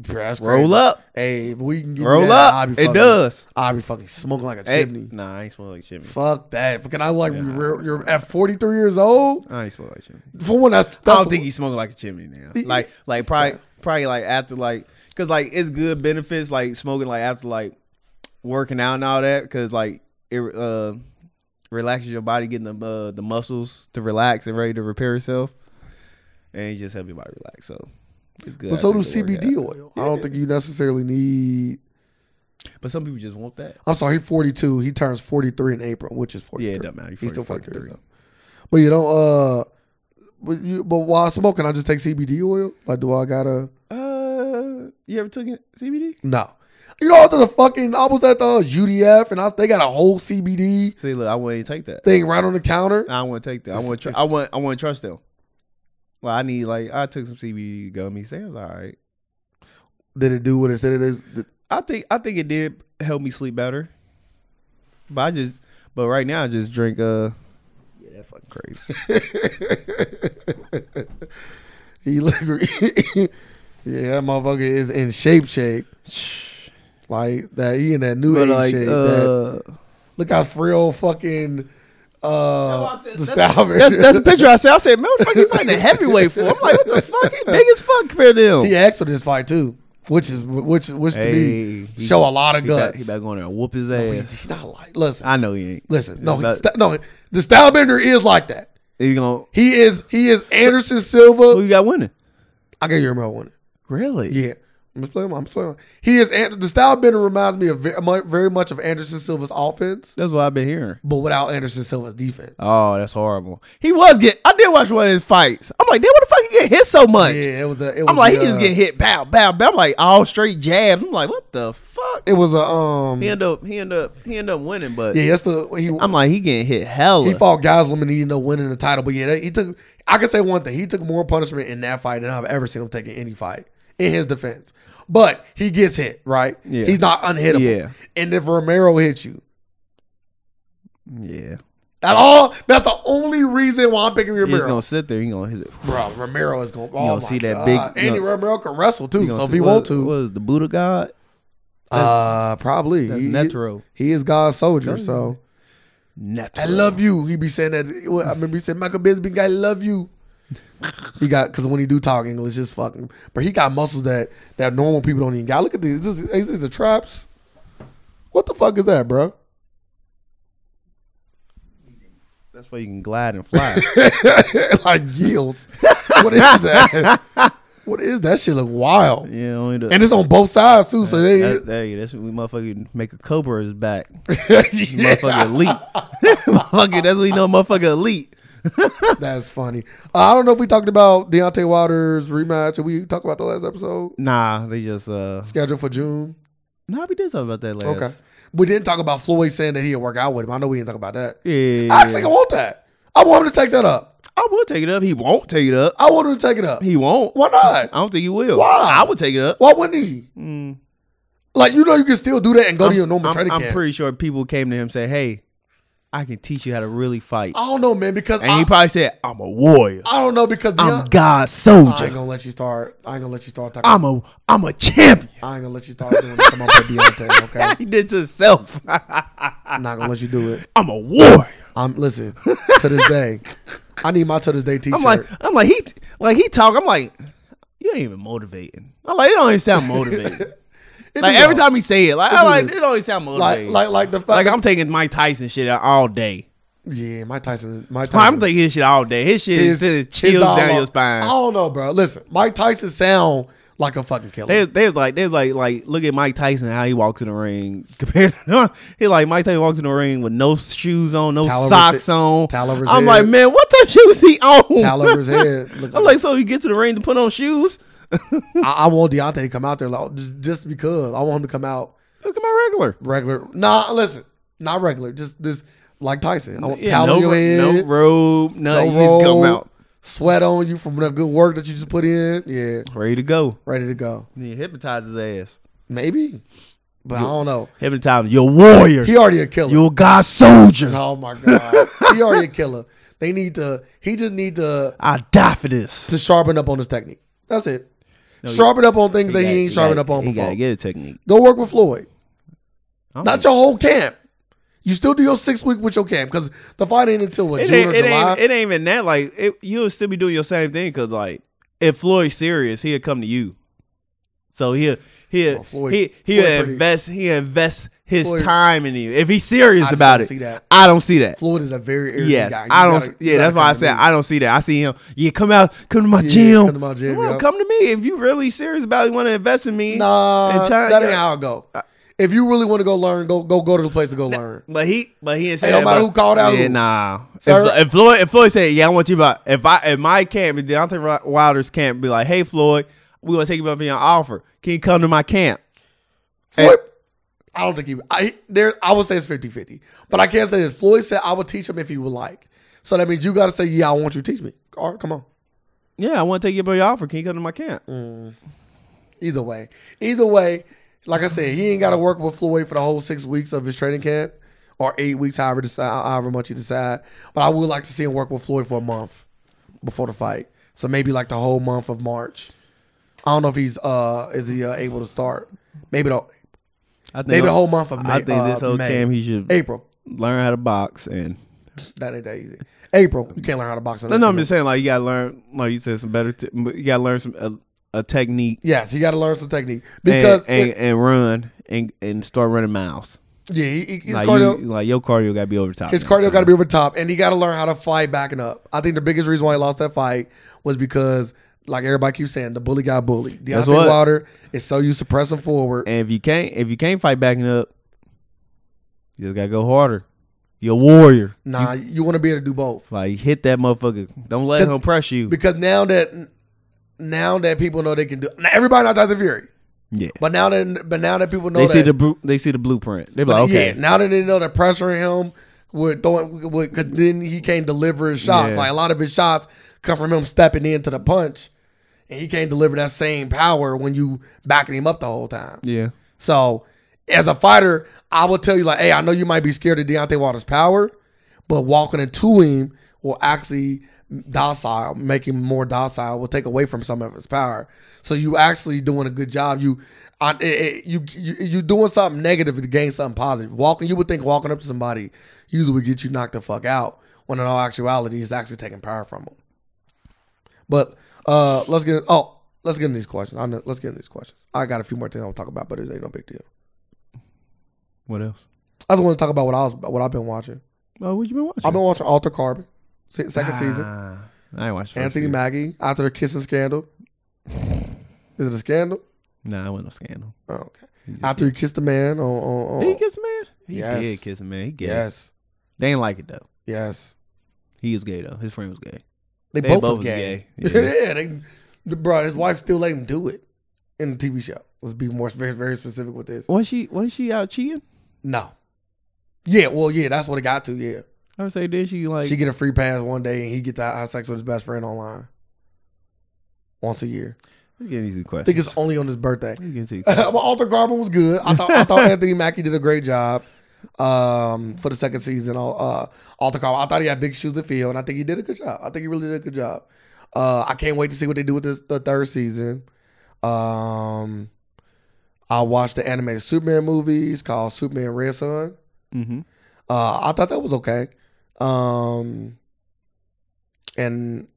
S2: Bruh, that's crazy.
S1: Roll up,
S2: Hey, if we can get
S1: roll
S2: that, I'll
S1: up.
S2: be
S1: It
S2: fucking,
S1: does.
S2: I'll be fucking smoking like a
S1: Hey,
S2: chimney.
S1: nah, I ain't smell like chimney.
S2: Fuck that! Can I like be real? You're at 43 years old.
S1: I ain't smell like chimney.
S2: For one, that's, that's
S1: I don't think he's smoking like a chimney now.
S2: He-
S1: Like, like probably, probably like after like, cause like it's good benefits like smoking like after like working out and all that, cause like it uh relaxes your body, getting the uh, the muscles to relax and ready to repair itself, and it just helps your body relax. So it's good.
S2: But so
S1: after
S2: do
S1: the workout.
S2: CBD oil. I don't think you necessarily need.
S1: But some people just want that.
S2: I'm sorry, he's 42. He turns 43 in April, which is 43.
S1: Yeah, it doesn't matter. You're
S2: He's still
S1: 43.
S2: 43. But you don't. Uh, but you. But while smoking, I just take CBD oil. Like, do I gotta?
S1: Uh, you ever took it- CBD?
S2: No. You know, I was at the fucking. I was at the UDF, and I, they got a whole CBD
S1: See, look, I wouldn't take that.
S2: thing right on the counter.
S1: I want to take that. I
S2: It's-
S1: want. Tr-
S2: it's-
S1: I want. I want to trust them. Well, I need like I took some CBD gummies. They was all right.
S2: Did it do what it said it is?
S1: I think. I think it did help me sleep better. But I just. But right now I just drink. Uh. Yeah, that's fucking crazy.
S2: he [LAUGHS] look. yeah, that motherfucker is in shape, shape. Like that. He in that new
S1: but
S2: age
S1: like,
S2: shape. that,
S1: uh,
S2: look how frill fucking.
S1: That's
S2: Uh,
S1: why I said-
S2: the
S1: that's-
S2: salvage.
S1: that's that's the picture I said. I said, man, what the fuck you fighting a heavyweight for? I'm like, what the fuck? He big as fuck compared to
S2: He
S1: him.
S2: asked for this fight too, which is which which to me
S1: he-
S2: show a lot of
S1: he back-
S2: guts.
S1: He back going there and whoop his ass.
S2: He's not like listen,
S1: I know he ain't.
S2: listen. No, he,
S1: But-
S2: st- no. The Stylebender is like that.
S1: He gonna
S2: He is he is Anderson
S1: who
S2: Silva.
S1: you got winning?
S2: I got your remote one.
S1: Really?
S2: Yeah, I'm just playing. I'm just playing. He is And- the style bender reminds me of very, very much of Anderson Silva's offense,
S1: That's what I've been hearing.
S2: but without Anderson Silva's defense.
S1: Oh, that's horrible. He was get. I did watch one of his fights. I'm like, damn, what the fuck? He get hit so much.
S2: yeah, it was a. It was
S1: I'm like,
S2: a,
S1: he just get hit. Bow, bow, bow. I'm like, all straight jabs. I'm like, what the fuck?
S2: It was a um.
S1: He
S2: Yeah,
S1: end up, he end up, he end up winning. But
S2: that's the he.
S1: I'm like, he getting hit hella.
S2: he fought Goslin and he ended up winning the title, but yeah, that, he took. I can say one thing: he took more punishment in that fight than I've ever seen him take in any fight. In his defense, but he gets hit right.
S1: Yeah.
S2: He's not unhittable.
S1: Yeah.
S2: And if Romero hits you,
S1: yeah,
S2: At all. That's the only reason why I'm picking
S1: he's
S2: Romero.
S1: gonna sit there. He gonna hit it.
S2: Bro, Romero is going. to
S1: gonna
S2: Oh
S1: see
S2: my
S1: that
S2: God.
S1: big-
S2: Andy
S1: you know-
S2: Romero can wrestle too,
S1: gonna
S2: so if
S1: sit-
S2: he
S1: what-
S2: want to,
S1: what is the Buddha God?
S2: uh, probably.
S1: That's
S2: He,
S1: Netero.
S2: he is God's soldier.
S1: Yeah.
S2: So
S1: Netero.
S2: I love you. He be saying that. well, I remember he said Michael Bisping, I love you. [LAUGHS] He got because when he do talk English, it's fucking. But he got muscles that that normal people don't even got. Look at these. This is these, these are traps. What the fuck is that, bro? [LAUGHS]
S1: That's why you can glide and fly.
S2: like gills. What is that? [LAUGHS] what is that? Shit look wild.
S1: yeah, only the.
S2: [LAUGHS] And it's on both sides too, so they [LAUGHS]
S1: that, that, yeah, that's what we motherfucking make a cobra his back.
S2: Yeah,
S1: Motherfucker
S2: [LAUGHS]
S1: elite. [LAUGHS] motherfucker, that's what we know motherfucker elite.
S2: that's funny. Uh, I don't know if we talked about Deontay Waters rematch. Did we talk about the last episode?
S1: Nah, they just uh
S2: Scheduled for June.
S1: Nah, we did talk about that last.
S2: Okay. We didn't talk about Floyd saying that he'd work out with him. I know we didn't talk about that.
S1: Yeah.
S2: I actually want that. I want him to take that up.
S1: I will take it up. He won't take it up.
S2: I want him to take it up.
S1: He won't.
S2: Why
S1: I
S2: not?
S1: don't think he will.
S2: Why?
S1: I would take it up.
S2: Why wouldn't he?
S1: Mm.
S2: Like you know you can still do that and go
S1: I'm,
S2: to your normal
S1: I'm-
S2: training
S1: I'm
S2: camp.
S1: pretty sure people came to him and said, Hey, I can teach you how to really fight.
S2: I don't know, man, because
S1: and
S2: I,
S1: he probably said, I'm a warrior.
S2: I don't know because
S1: I'm
S2: Deont-
S1: God's
S2: I ain't
S1: soldier.
S2: gonna let you start. I ain't gonna let you start talking.
S1: I'm a I'm a champion.
S2: I ain't gonna let you start doing this to my boy Deontay. Okay,
S1: [LAUGHS] he did to himself.
S2: I'm not gonna let you do it.
S1: I'm a warrior.
S2: I'm listen to this day. I need my to this day T-shirt.
S1: I'm like, I'm like, he, like he talk. I'm like, you ain't even motivating. I'm like, it don't even sound [LAUGHS] motivating.
S2: It
S1: like
S2: do
S1: every
S2: though.
S1: time he say it, like, I
S2: do
S1: like,
S2: though.
S1: it don't even sound
S2: like
S1: motivating. Like,
S2: like like the fact.
S1: I'm taking Mike Tyson shit out all day.
S2: yeah, Mike Tyson. Mike Tyson.
S1: I'm taking his shit all day. His shit is, sending
S2: his
S1: chills down
S2: dialogue-
S1: your spine.
S2: I don't know, bro. Listen, Mike Tyson sound like a fucking killer.
S1: There's, there's like, there's like, like, look at Mike Tyson how he walks in the ring [LAUGHS] compared. to He like Mike Tyson walks in the ring with no shoes on, no
S2: Towel over
S1: socks
S2: his-
S1: on.
S2: towel over his
S1: I'm like,
S2: head.
S1: man, what type of shoes he on? [LAUGHS]
S2: Towel over his head. Look
S1: I'm like, so you get to the ring to put on shoes?
S2: I, I want Deontay to come out there like, just, just because I want him to come out
S1: Look at my regular.
S2: regular. Nah, listen, not regular. Just this like Tyson. I want
S1: Yeah,
S2: towel
S1: no,
S2: on your
S1: ro-
S2: head.
S1: no robe,
S2: no
S1: nothing. you just come
S2: roll,
S1: out
S2: Sweat on you from the good work that you just put in. Yeah,
S1: ready to go.
S2: ready to go.
S1: And he hypnotized his ass.
S2: Maybe, but I don't know.
S1: Hypnotized him. You're a warrior.
S2: He already a killer.
S1: You're God's soldier.
S2: oh my god, he already a killer. They need to. He just need to
S1: I die for this.
S2: to sharpen up on his technique. That's it.
S1: No,
S2: sharpen up on things that he ain't sharpened
S1: got-
S2: up on
S1: He
S2: before.
S1: got Oh. to get a technique.
S2: Go work with Floyd.
S1: I'm
S2: Not your whole camp. You still do your six week with your camp because the fight ain't until what
S1: it
S2: June or
S1: ain't, it,
S2: July.
S1: ain't, it ain't even that. Like it, you'll still be doing your same thing because like if Floyd's serious, he'll come to you. So he'll he'll
S2: Well, Floyd-
S1: he he'll
S2: Floyd pretty-
S1: invest he invest his
S2: Floyd-
S1: time in you if he's serious
S2: just
S1: about
S2: don't
S1: it.
S2: see that.
S1: I don't see that.
S2: Floyd is a very arrogant
S1: Yes,
S2: guy. You
S1: I don't.
S2: gotta-
S1: yeah,
S2: you
S1: that's
S2: gotta
S1: why I
S2: come to
S1: said
S2: me.
S1: I don't see that. I see him. Yeah, come out, come to my
S2: Yeah,
S1: gym.
S2: come to my gym,
S1: Well,
S2: yeah.
S1: come to me if you really serious about it. You want to invest in me?
S2: Nah,
S1: And time-
S2: that ain't
S1: yeah.
S2: how it go. If you really want to go learn, go go go to the place to go learn.
S1: But he, but he didn't say
S2: Ain't
S1: that
S2: nobody
S1: about-
S2: who called out
S1: Yeah,
S2: who.
S1: nah. If,
S2: Sir?
S1: if Floyd, if Floyd said, "Yeah, I want you," but if I, if my camp, if Deontay Wi- Wilder's camp, be like, "Hey, Floyd, we want to take you up on your offer. Can you come to my camp?" And-
S2: Floyd, I don't think he. I there. I would say it's 50-50. but I can't say this. Floyd said I would teach him if he would like. So that means you got to say, yeah, I want you to teach me. All right, come on.
S1: Yeah, I want to take you up on your offer. Can you come to my camp?
S2: Either way, either way, like I said, he ain't got to work with Floyd for the whole six weeks of his training camp or eight weeks, however decide, however much you decide. But I would like to see him work with Floyd for a month before the fight. So maybe like the whole month of March. I don't know if he's uh is he uh, able to start. Maybe the
S1: I think
S2: maybe the whole month of May.
S1: I think this
S2: uh,
S1: whole
S2: May.
S1: camp he should
S2: April.
S1: learn how to box and.
S2: That ain't that easy. April, you can't learn how to box. in
S1: No,
S2: that
S1: no, I'm
S2: field.
S1: just saying like you gotta learn. Like you said, some better. T- you gotta learn some uh, a, a technique
S2: yes, he got to learn some technique
S1: because
S2: because
S1: and,
S2: it-
S1: and, and run and and start running miles.
S2: yeah, he, he- his
S1: Like,
S2: cardio.
S1: you, like your cardio gotta be over the top.
S2: His
S1: now,
S2: cardio
S1: so.
S2: got to be over top, and he got to learn how to fight backing up. I think the biggest reason why he lost that fight was because like everybody keeps saying, the bully got bullied.
S1: That's
S2: Deontay
S1: what-
S2: Wilder is so used to pressing forward.
S1: And if you can't, if you can't fight backing up, you just gotta go harder. You're a warrior.
S2: nah, you, want to be able to do both
S1: Like hit that motherfucker. Don't let him press you.
S2: because now that now that people know they can do. Now everybody not Tyson Fury,
S1: yeah.
S2: but now that but now that people know
S1: They
S2: that
S1: see the bru- they see the blueprint. They be like,
S2: But
S1: okay,
S2: Yeah, now that they know that pressuring him would throwing would cause then he can't deliver his shots.
S1: Yeah.
S2: Like a lot of his shots come from him stepping into the punch. And he can't deliver that same power when you backing him up the whole time.
S1: yeah,
S2: So as a fighter, I will tell you like, hey, I know you might be scared of Deontay Wilder's power, but walking into him will actually docile, make him more docile, will take away from some of his power. So you actually doing a good job. You, I, it, it- you, you, you doing something negative to gain something positive. Walking, you would think walking up to somebody usually would get you knocked the fuck out. When in all actuality, it's actually taking power from them. But uh, let's get oh, let's get into these questions. I know, let's get into these questions. I got a few more things I want to talk about, but it ain't no big deal.
S1: what else?
S2: I just want to talk about what I was what I've been watching.
S1: Oh, what you been watching?
S2: I've been watching Alter Carbon, se- second season.
S1: Ah, I ain't watched the first
S2: Anthony
S1: season.
S2: Mackie after the kissing scandal. Is it a scandal?
S1: Nah, I went no scandal.
S2: Oh, okay.
S1: He just-
S2: After he kissed a man on on, on
S1: Did he kiss a man? He
S2: Oh. Yes.
S1: did kiss a man. He gay.
S2: yes,
S1: They ain't like it though.
S2: yes.
S1: He was gay though. His friend was gay.
S2: They,
S1: They
S2: both,
S1: both
S2: was
S1: was
S2: gay. [LAUGHS]
S1: gay.
S2: Yeah, they, the- bro. His wife still let him do it in the TV show. Let's be more very very specific with this.
S1: Was she was she out cheating?
S2: No. Yeah, well, yeah, that's what it got to. Yeah,
S1: I would say did she like
S2: she get a free pass one day, and he get to have sex with his best friend online once a year.
S1: Let's get into these
S2: I think
S1: questions.
S2: it's only on his birthday.
S1: Let's get into these questions.
S2: [LAUGHS] well, Alter Carbon was good. I thought I thought Anthony Mackie did a great job um, for the second season. Uh, Alter Carbon. I thought he had big shoes to fill, and I think he did a good job. I think he really did a good job. Uh, I can't wait to see what they do with this the third season. Um, I watched the animated Superman movies called Superman Red Sun.
S1: Mhm.
S2: Uh, I thought that was okay. Um, and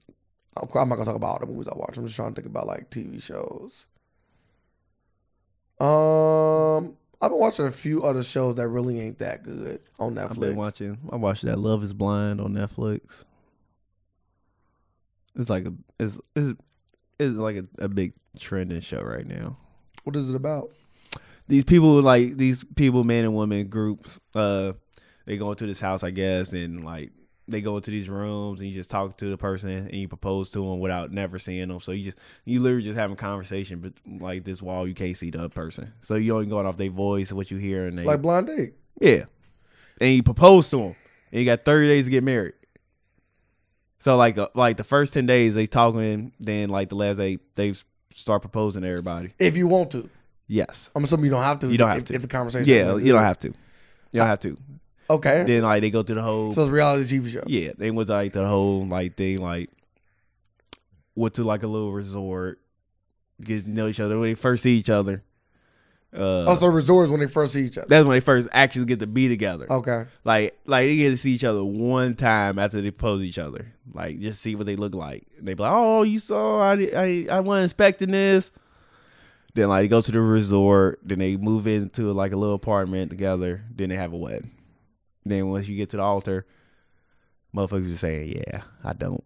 S2: of course, I'm not gonna talk about all the movies I watch. I'm just trying to think about like TV shows. Um, I've been watching a few other shows that really ain't that good on Netflix.
S1: I've been watching. I watched that Love Is Blind on Netflix. It's like a it's it's, it's like a, a big trending show right now.
S2: What is it about?
S1: these people like these people men and women groups uh they go into this house i guess and like they go into these rooms and you just talk to the person and you propose to them without never seeing them so you just you literally just having conversation but like this wall you can't see the other person so you only going off their voice and what you hear and they
S2: Like Blind Date.
S1: yeah and you propose to them and you got 30 days to get married so like uh, like the first 10 days they talking then like the last day they start proposing to everybody
S2: If you want to,
S1: yes
S2: I'm assuming you don't have to.
S1: You don't
S2: if,
S1: have to.
S2: If the conversation.
S1: yeah you don't have to you don't have to
S2: Okay.
S1: then like they go through the whole
S2: Uh, so it's a reality TV show.
S1: yeah they went to, like the whole like thing like went to like a little resort get to know each other when they first see each other uh
S2: Oh, so resorts when they first see each other.
S1: that's when they first actually get to be together
S2: okay.
S1: like like they get to see each other one time after they pose each other like just see what they look like they be like oh you saw i di- i, I wasn't expecting this then like they go to the resort then they move into like a little apartment together then they have a wedding then once you get to the altar motherfuckers are saying yeah i don't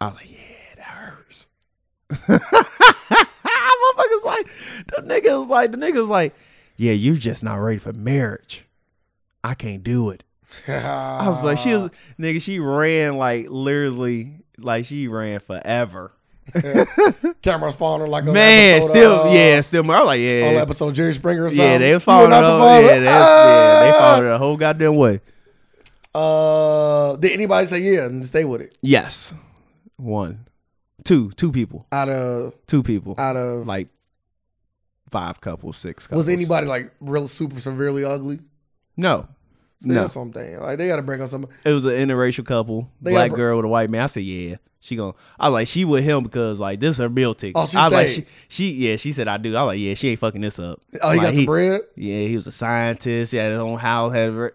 S1: i was like yeah that hurts [LAUGHS] motherfuckers like the niggas like the niggas like yeah you just not ready for marriage i can't do it I was like, she
S2: Uh,
S1: was nigga. She ran like literally, like she ran forever.
S2: [LAUGHS] cameras following her like on
S1: Man,
S2: episode,
S1: still,
S2: uh,
S1: yeah, still. I was like,
S2: on
S1: yeah,
S2: episode Jerry Springer or something.
S1: yeah. They
S2: You
S1: were
S2: were
S1: following her.
S2: not the
S1: whole- Yeah,
S2: father?
S1: that's, yeah, they followed her the whole goddamn way.
S2: Ah! Uh, did anybody say yeah and stay with it?
S1: Yes, one, two, two people,
S2: Out of
S1: two people,
S2: out of
S1: like uh, five couples, six couples.
S2: Uh, was anybody like real super severely ugly?
S1: No,
S2: See,
S1: no.
S2: that's what I'm saying. Like they got to bring up some.
S1: It was an interracial couple,
S2: They
S1: black
S2: got-
S1: girl with a white man. I said, yeah. She gon' I was like, she with him because like this her meal ticket.
S2: Oh, she
S1: I was like,
S2: stayed.
S1: she, she, yeah, she said I do. I was like, yeah, she ain't fucking this up.
S2: Oh, he
S1: Like,
S2: got some bread.
S1: Yeah, he was a scientist. He had his own house. Had re-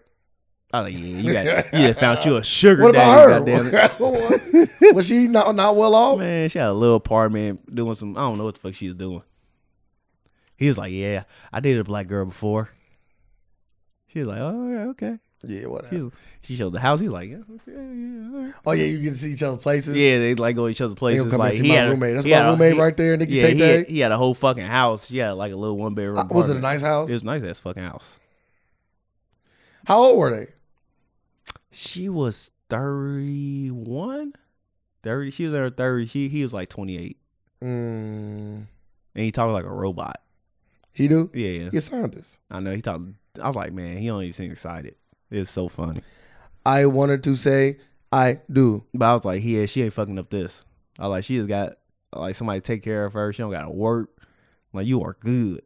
S1: I was like, yeah, you got,
S2: [LAUGHS]
S1: you done found you a sugar
S2: What about
S1: daddy. goddamn it.
S2: [LAUGHS]
S1: Oh,
S2: her? was she not not well off?
S1: Man, she had a little apartment doing some. I don't know what the fuck she was doing. He was like, yeah, I dated a black girl before. She was like, oh, yeah, okay.
S2: Yeah, whatever.
S1: She, she showed the house. He's like, yeah, okay, yeah, all right.
S2: Oh yeah, you can see each other's places.
S1: yeah. They like go to each other's
S2: They
S1: places.
S2: gonna come
S1: Like
S2: and see
S1: he
S2: my
S1: had a-
S2: roommate. That's
S1: he
S2: my
S1: had a-
S2: roommate
S1: he-
S2: right there. Nigga,
S1: Yeah,
S2: take
S1: he had,
S2: that.
S1: he had a whole fucking house. Yeah, like a little one bedroom.
S2: Uh, was it a
S1: apartment.
S2: nice house?
S1: It was nice ass fucking house.
S2: How old were they?
S1: She was 31? 30. She was in her 30s. She, he was like 28.
S2: Mm,
S1: And he talked like a robot.
S2: he do.
S1: Yeah, yeah.
S2: He a scientist.
S1: I know. He talked. I was like, man, he don't even seem excited. It's so funny.
S2: I wanted to say I do.
S1: But I was like, yeah, she ain't fucking up this. I was like, she just got like somebody to take care of her. She don't got to work. I'm like, you are good.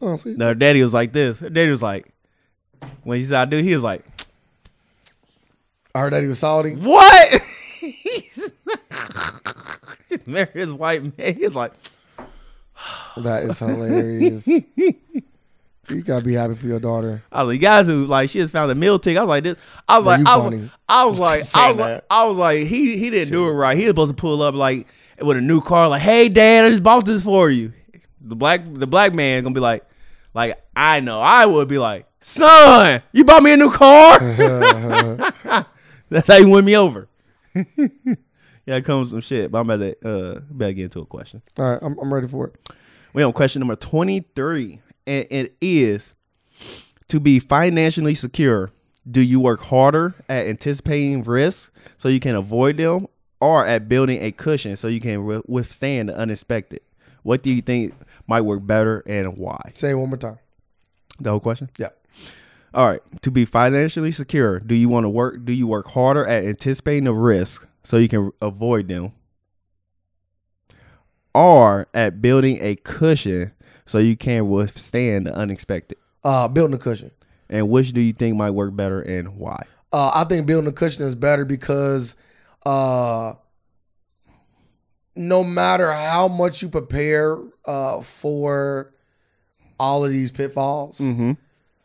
S2: Oh, see,
S1: no, her daddy was like this. Her daddy was like, when she said I do, he was like,
S2: I heard that he was salty.
S1: what? [LAUGHS] He's [LAUGHS] he's married his white man. He's like, [LAUGHS]
S2: That is hilarious. you gotta be happy for your daughter.
S1: I was like, guys who like she just found a meal ticket. I was like this. I was
S2: Bro,
S1: like,
S2: you
S1: I was,
S2: funny.
S1: I
S2: [LAUGHS]
S1: was like, I
S2: Saying
S1: was like,
S2: that.
S1: I was like, he he didn't do it right. He was supposed to pull up like with a new car, like, hey dad, I just bought this for you. The black the black man gonna be like, like I know I would be like, son, you bought me a new
S2: [LAUGHS]
S1: car. [LAUGHS] That's how you win me over. [LAUGHS] yeah, it comes with some shit, but I'm about to uh, about to get into a question.
S2: All right, I'm, I'm ready for it.
S1: We on question number 23, and it is to be financially secure. Do you work harder at anticipating risks so you can avoid them, or at building a cushion so you can wi- withstand the unexpected? What do you think might work better, and why?
S2: Say it one more time.
S1: The whole question.
S2: Yeah.
S1: All right. To be financially secure, do you want to work? Do you work harder at anticipating the risk so you can avoid them, or at building a cushion so you can withstand the unexpected?
S2: Uh, building a cushion.
S1: And which do you think might work better, and why?
S2: Uh, I think building a cushion is better because uh, no matter how much you prepare uh, for all of these pitfalls,
S1: Mm-hmm.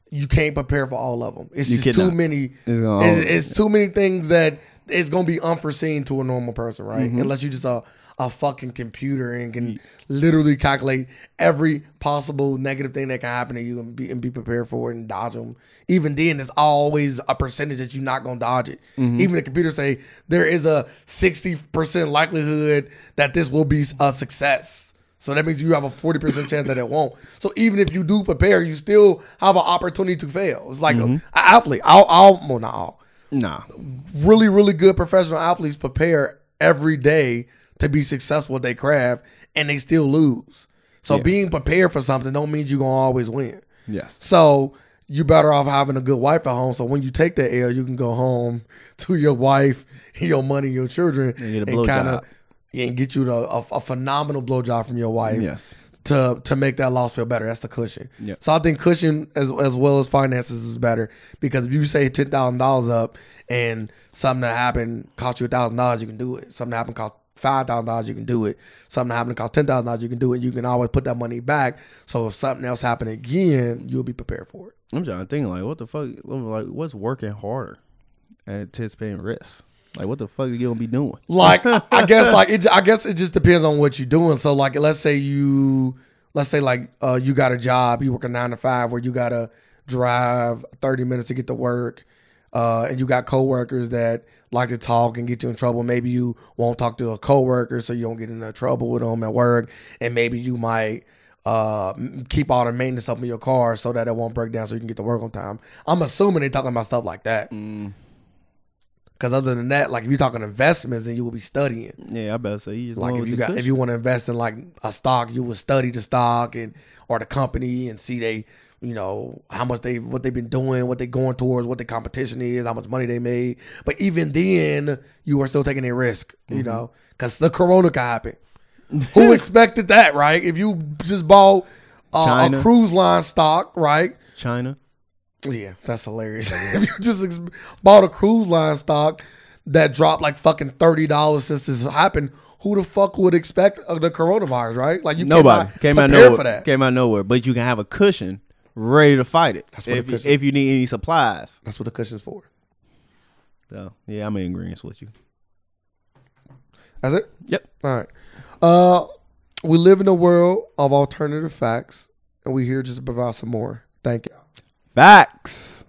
S2: you can't prepare for all of them. It's
S1: You
S2: just too
S1: cannot.
S2: many.
S1: It's gonna
S2: It's,
S1: always-
S2: it's too many things that it's gonna be unforeseen to a normal person, right? Unless you just a a fucking computer and can literally calculate every possible negative thing that can happen to you and be and be prepared for it and dodge them. Even then, it's always a percentage that you're not gonna dodge it. Even the computer say there is a sixty percent likelihood that this will be a success. So that means you have a forty percent chance that it won't. So even if you do prepare, you still have an opportunity to fail. It's like a, an athlete. I'll, I'll, well, not all
S1: Nah.
S2: really, really good professional athletes prepare every day to be successful at their craft, and they still lose. So being prepared for something don't mean you're gonna always win.
S1: Yes.
S2: So you better off having a good wife at home. So when you take that L, you can go home [LAUGHS] to your wife, [LAUGHS] your money, your children,
S1: And get a
S2: kinda-
S1: blowjob.
S2: and get you the, a, a phenomenal blowjob from your wife
S1: Yes.
S2: to to make that loss feel better. That's the cushion.
S1: Yeah.
S2: So I think cushion as as well as finances is better because if you say ten thousand dollars up and something that happened cost you thousand dollars, you can do it. Something that happened cost five thousand dollars, you can do it. Something that happened cost ten thousand dollars, you can do it. You can always put that money back. So if something else happened again, you'll be prepared for it.
S1: I'm trying to think like what the fuck like what's working harder at anticipating risk? Like what the fuck are you gonna be doing?
S2: Like I I guess like it. ju- I guess it just depends on what you're doing. So like let's say you let's say like uh, you got a job, you work a nine to five where you gotta drive 30 minutes to get to work. Uh, and you got coworkers that like to talk and get you in trouble. Maybe you won't talk to a coworker so you don't get into trouble with them at work. And maybe you might uh, m- keep all the maintenance up in your car so that it won't break down so you can get to work on time. I'm assuming they're talking about stuff like that. Because other than that, like if you're talking investments, then you will be studying.
S1: Yeah, I better say you just
S2: Like
S1: going with
S2: if
S1: Oh,
S2: you
S1: the
S2: got if
S1: cushion.
S2: you want to invest in like a stock, you would study the stock and or the company and see they you know how much they what they've been doing, what they're going towards, what the competition is, how much money they made. But even then, you are still taking a risk,
S1: Mm-hmm.
S2: you know, because the corona could happen.
S1: [LAUGHS]
S2: Who expected that, right? If you just bought uh, a
S1: China.
S2: cruise line stock, right?
S1: China.
S2: Yeah, that's hilarious. [LAUGHS] if you just ex- bought a cruise line stock that dropped like fucking thirty dollars since this happened, who the fuck would expect uh, the coronavirus, right? Like you
S1: Nobody
S2: cannot
S1: came out
S2: prepare
S1: nowhere.
S2: for that.
S1: Came out nowhere, but you can have a cushion ready to fight it
S2: what a
S1: if, you,
S2: cushion-
S1: if you need any supplies.
S2: That's what the cushion's for.
S1: So yeah, I'm in agreement with you.
S2: That's it.
S1: Yep.
S2: All right. Uh, we live in a world of alternative facts, and we here just to provide some more. Thank you.
S1: Facts.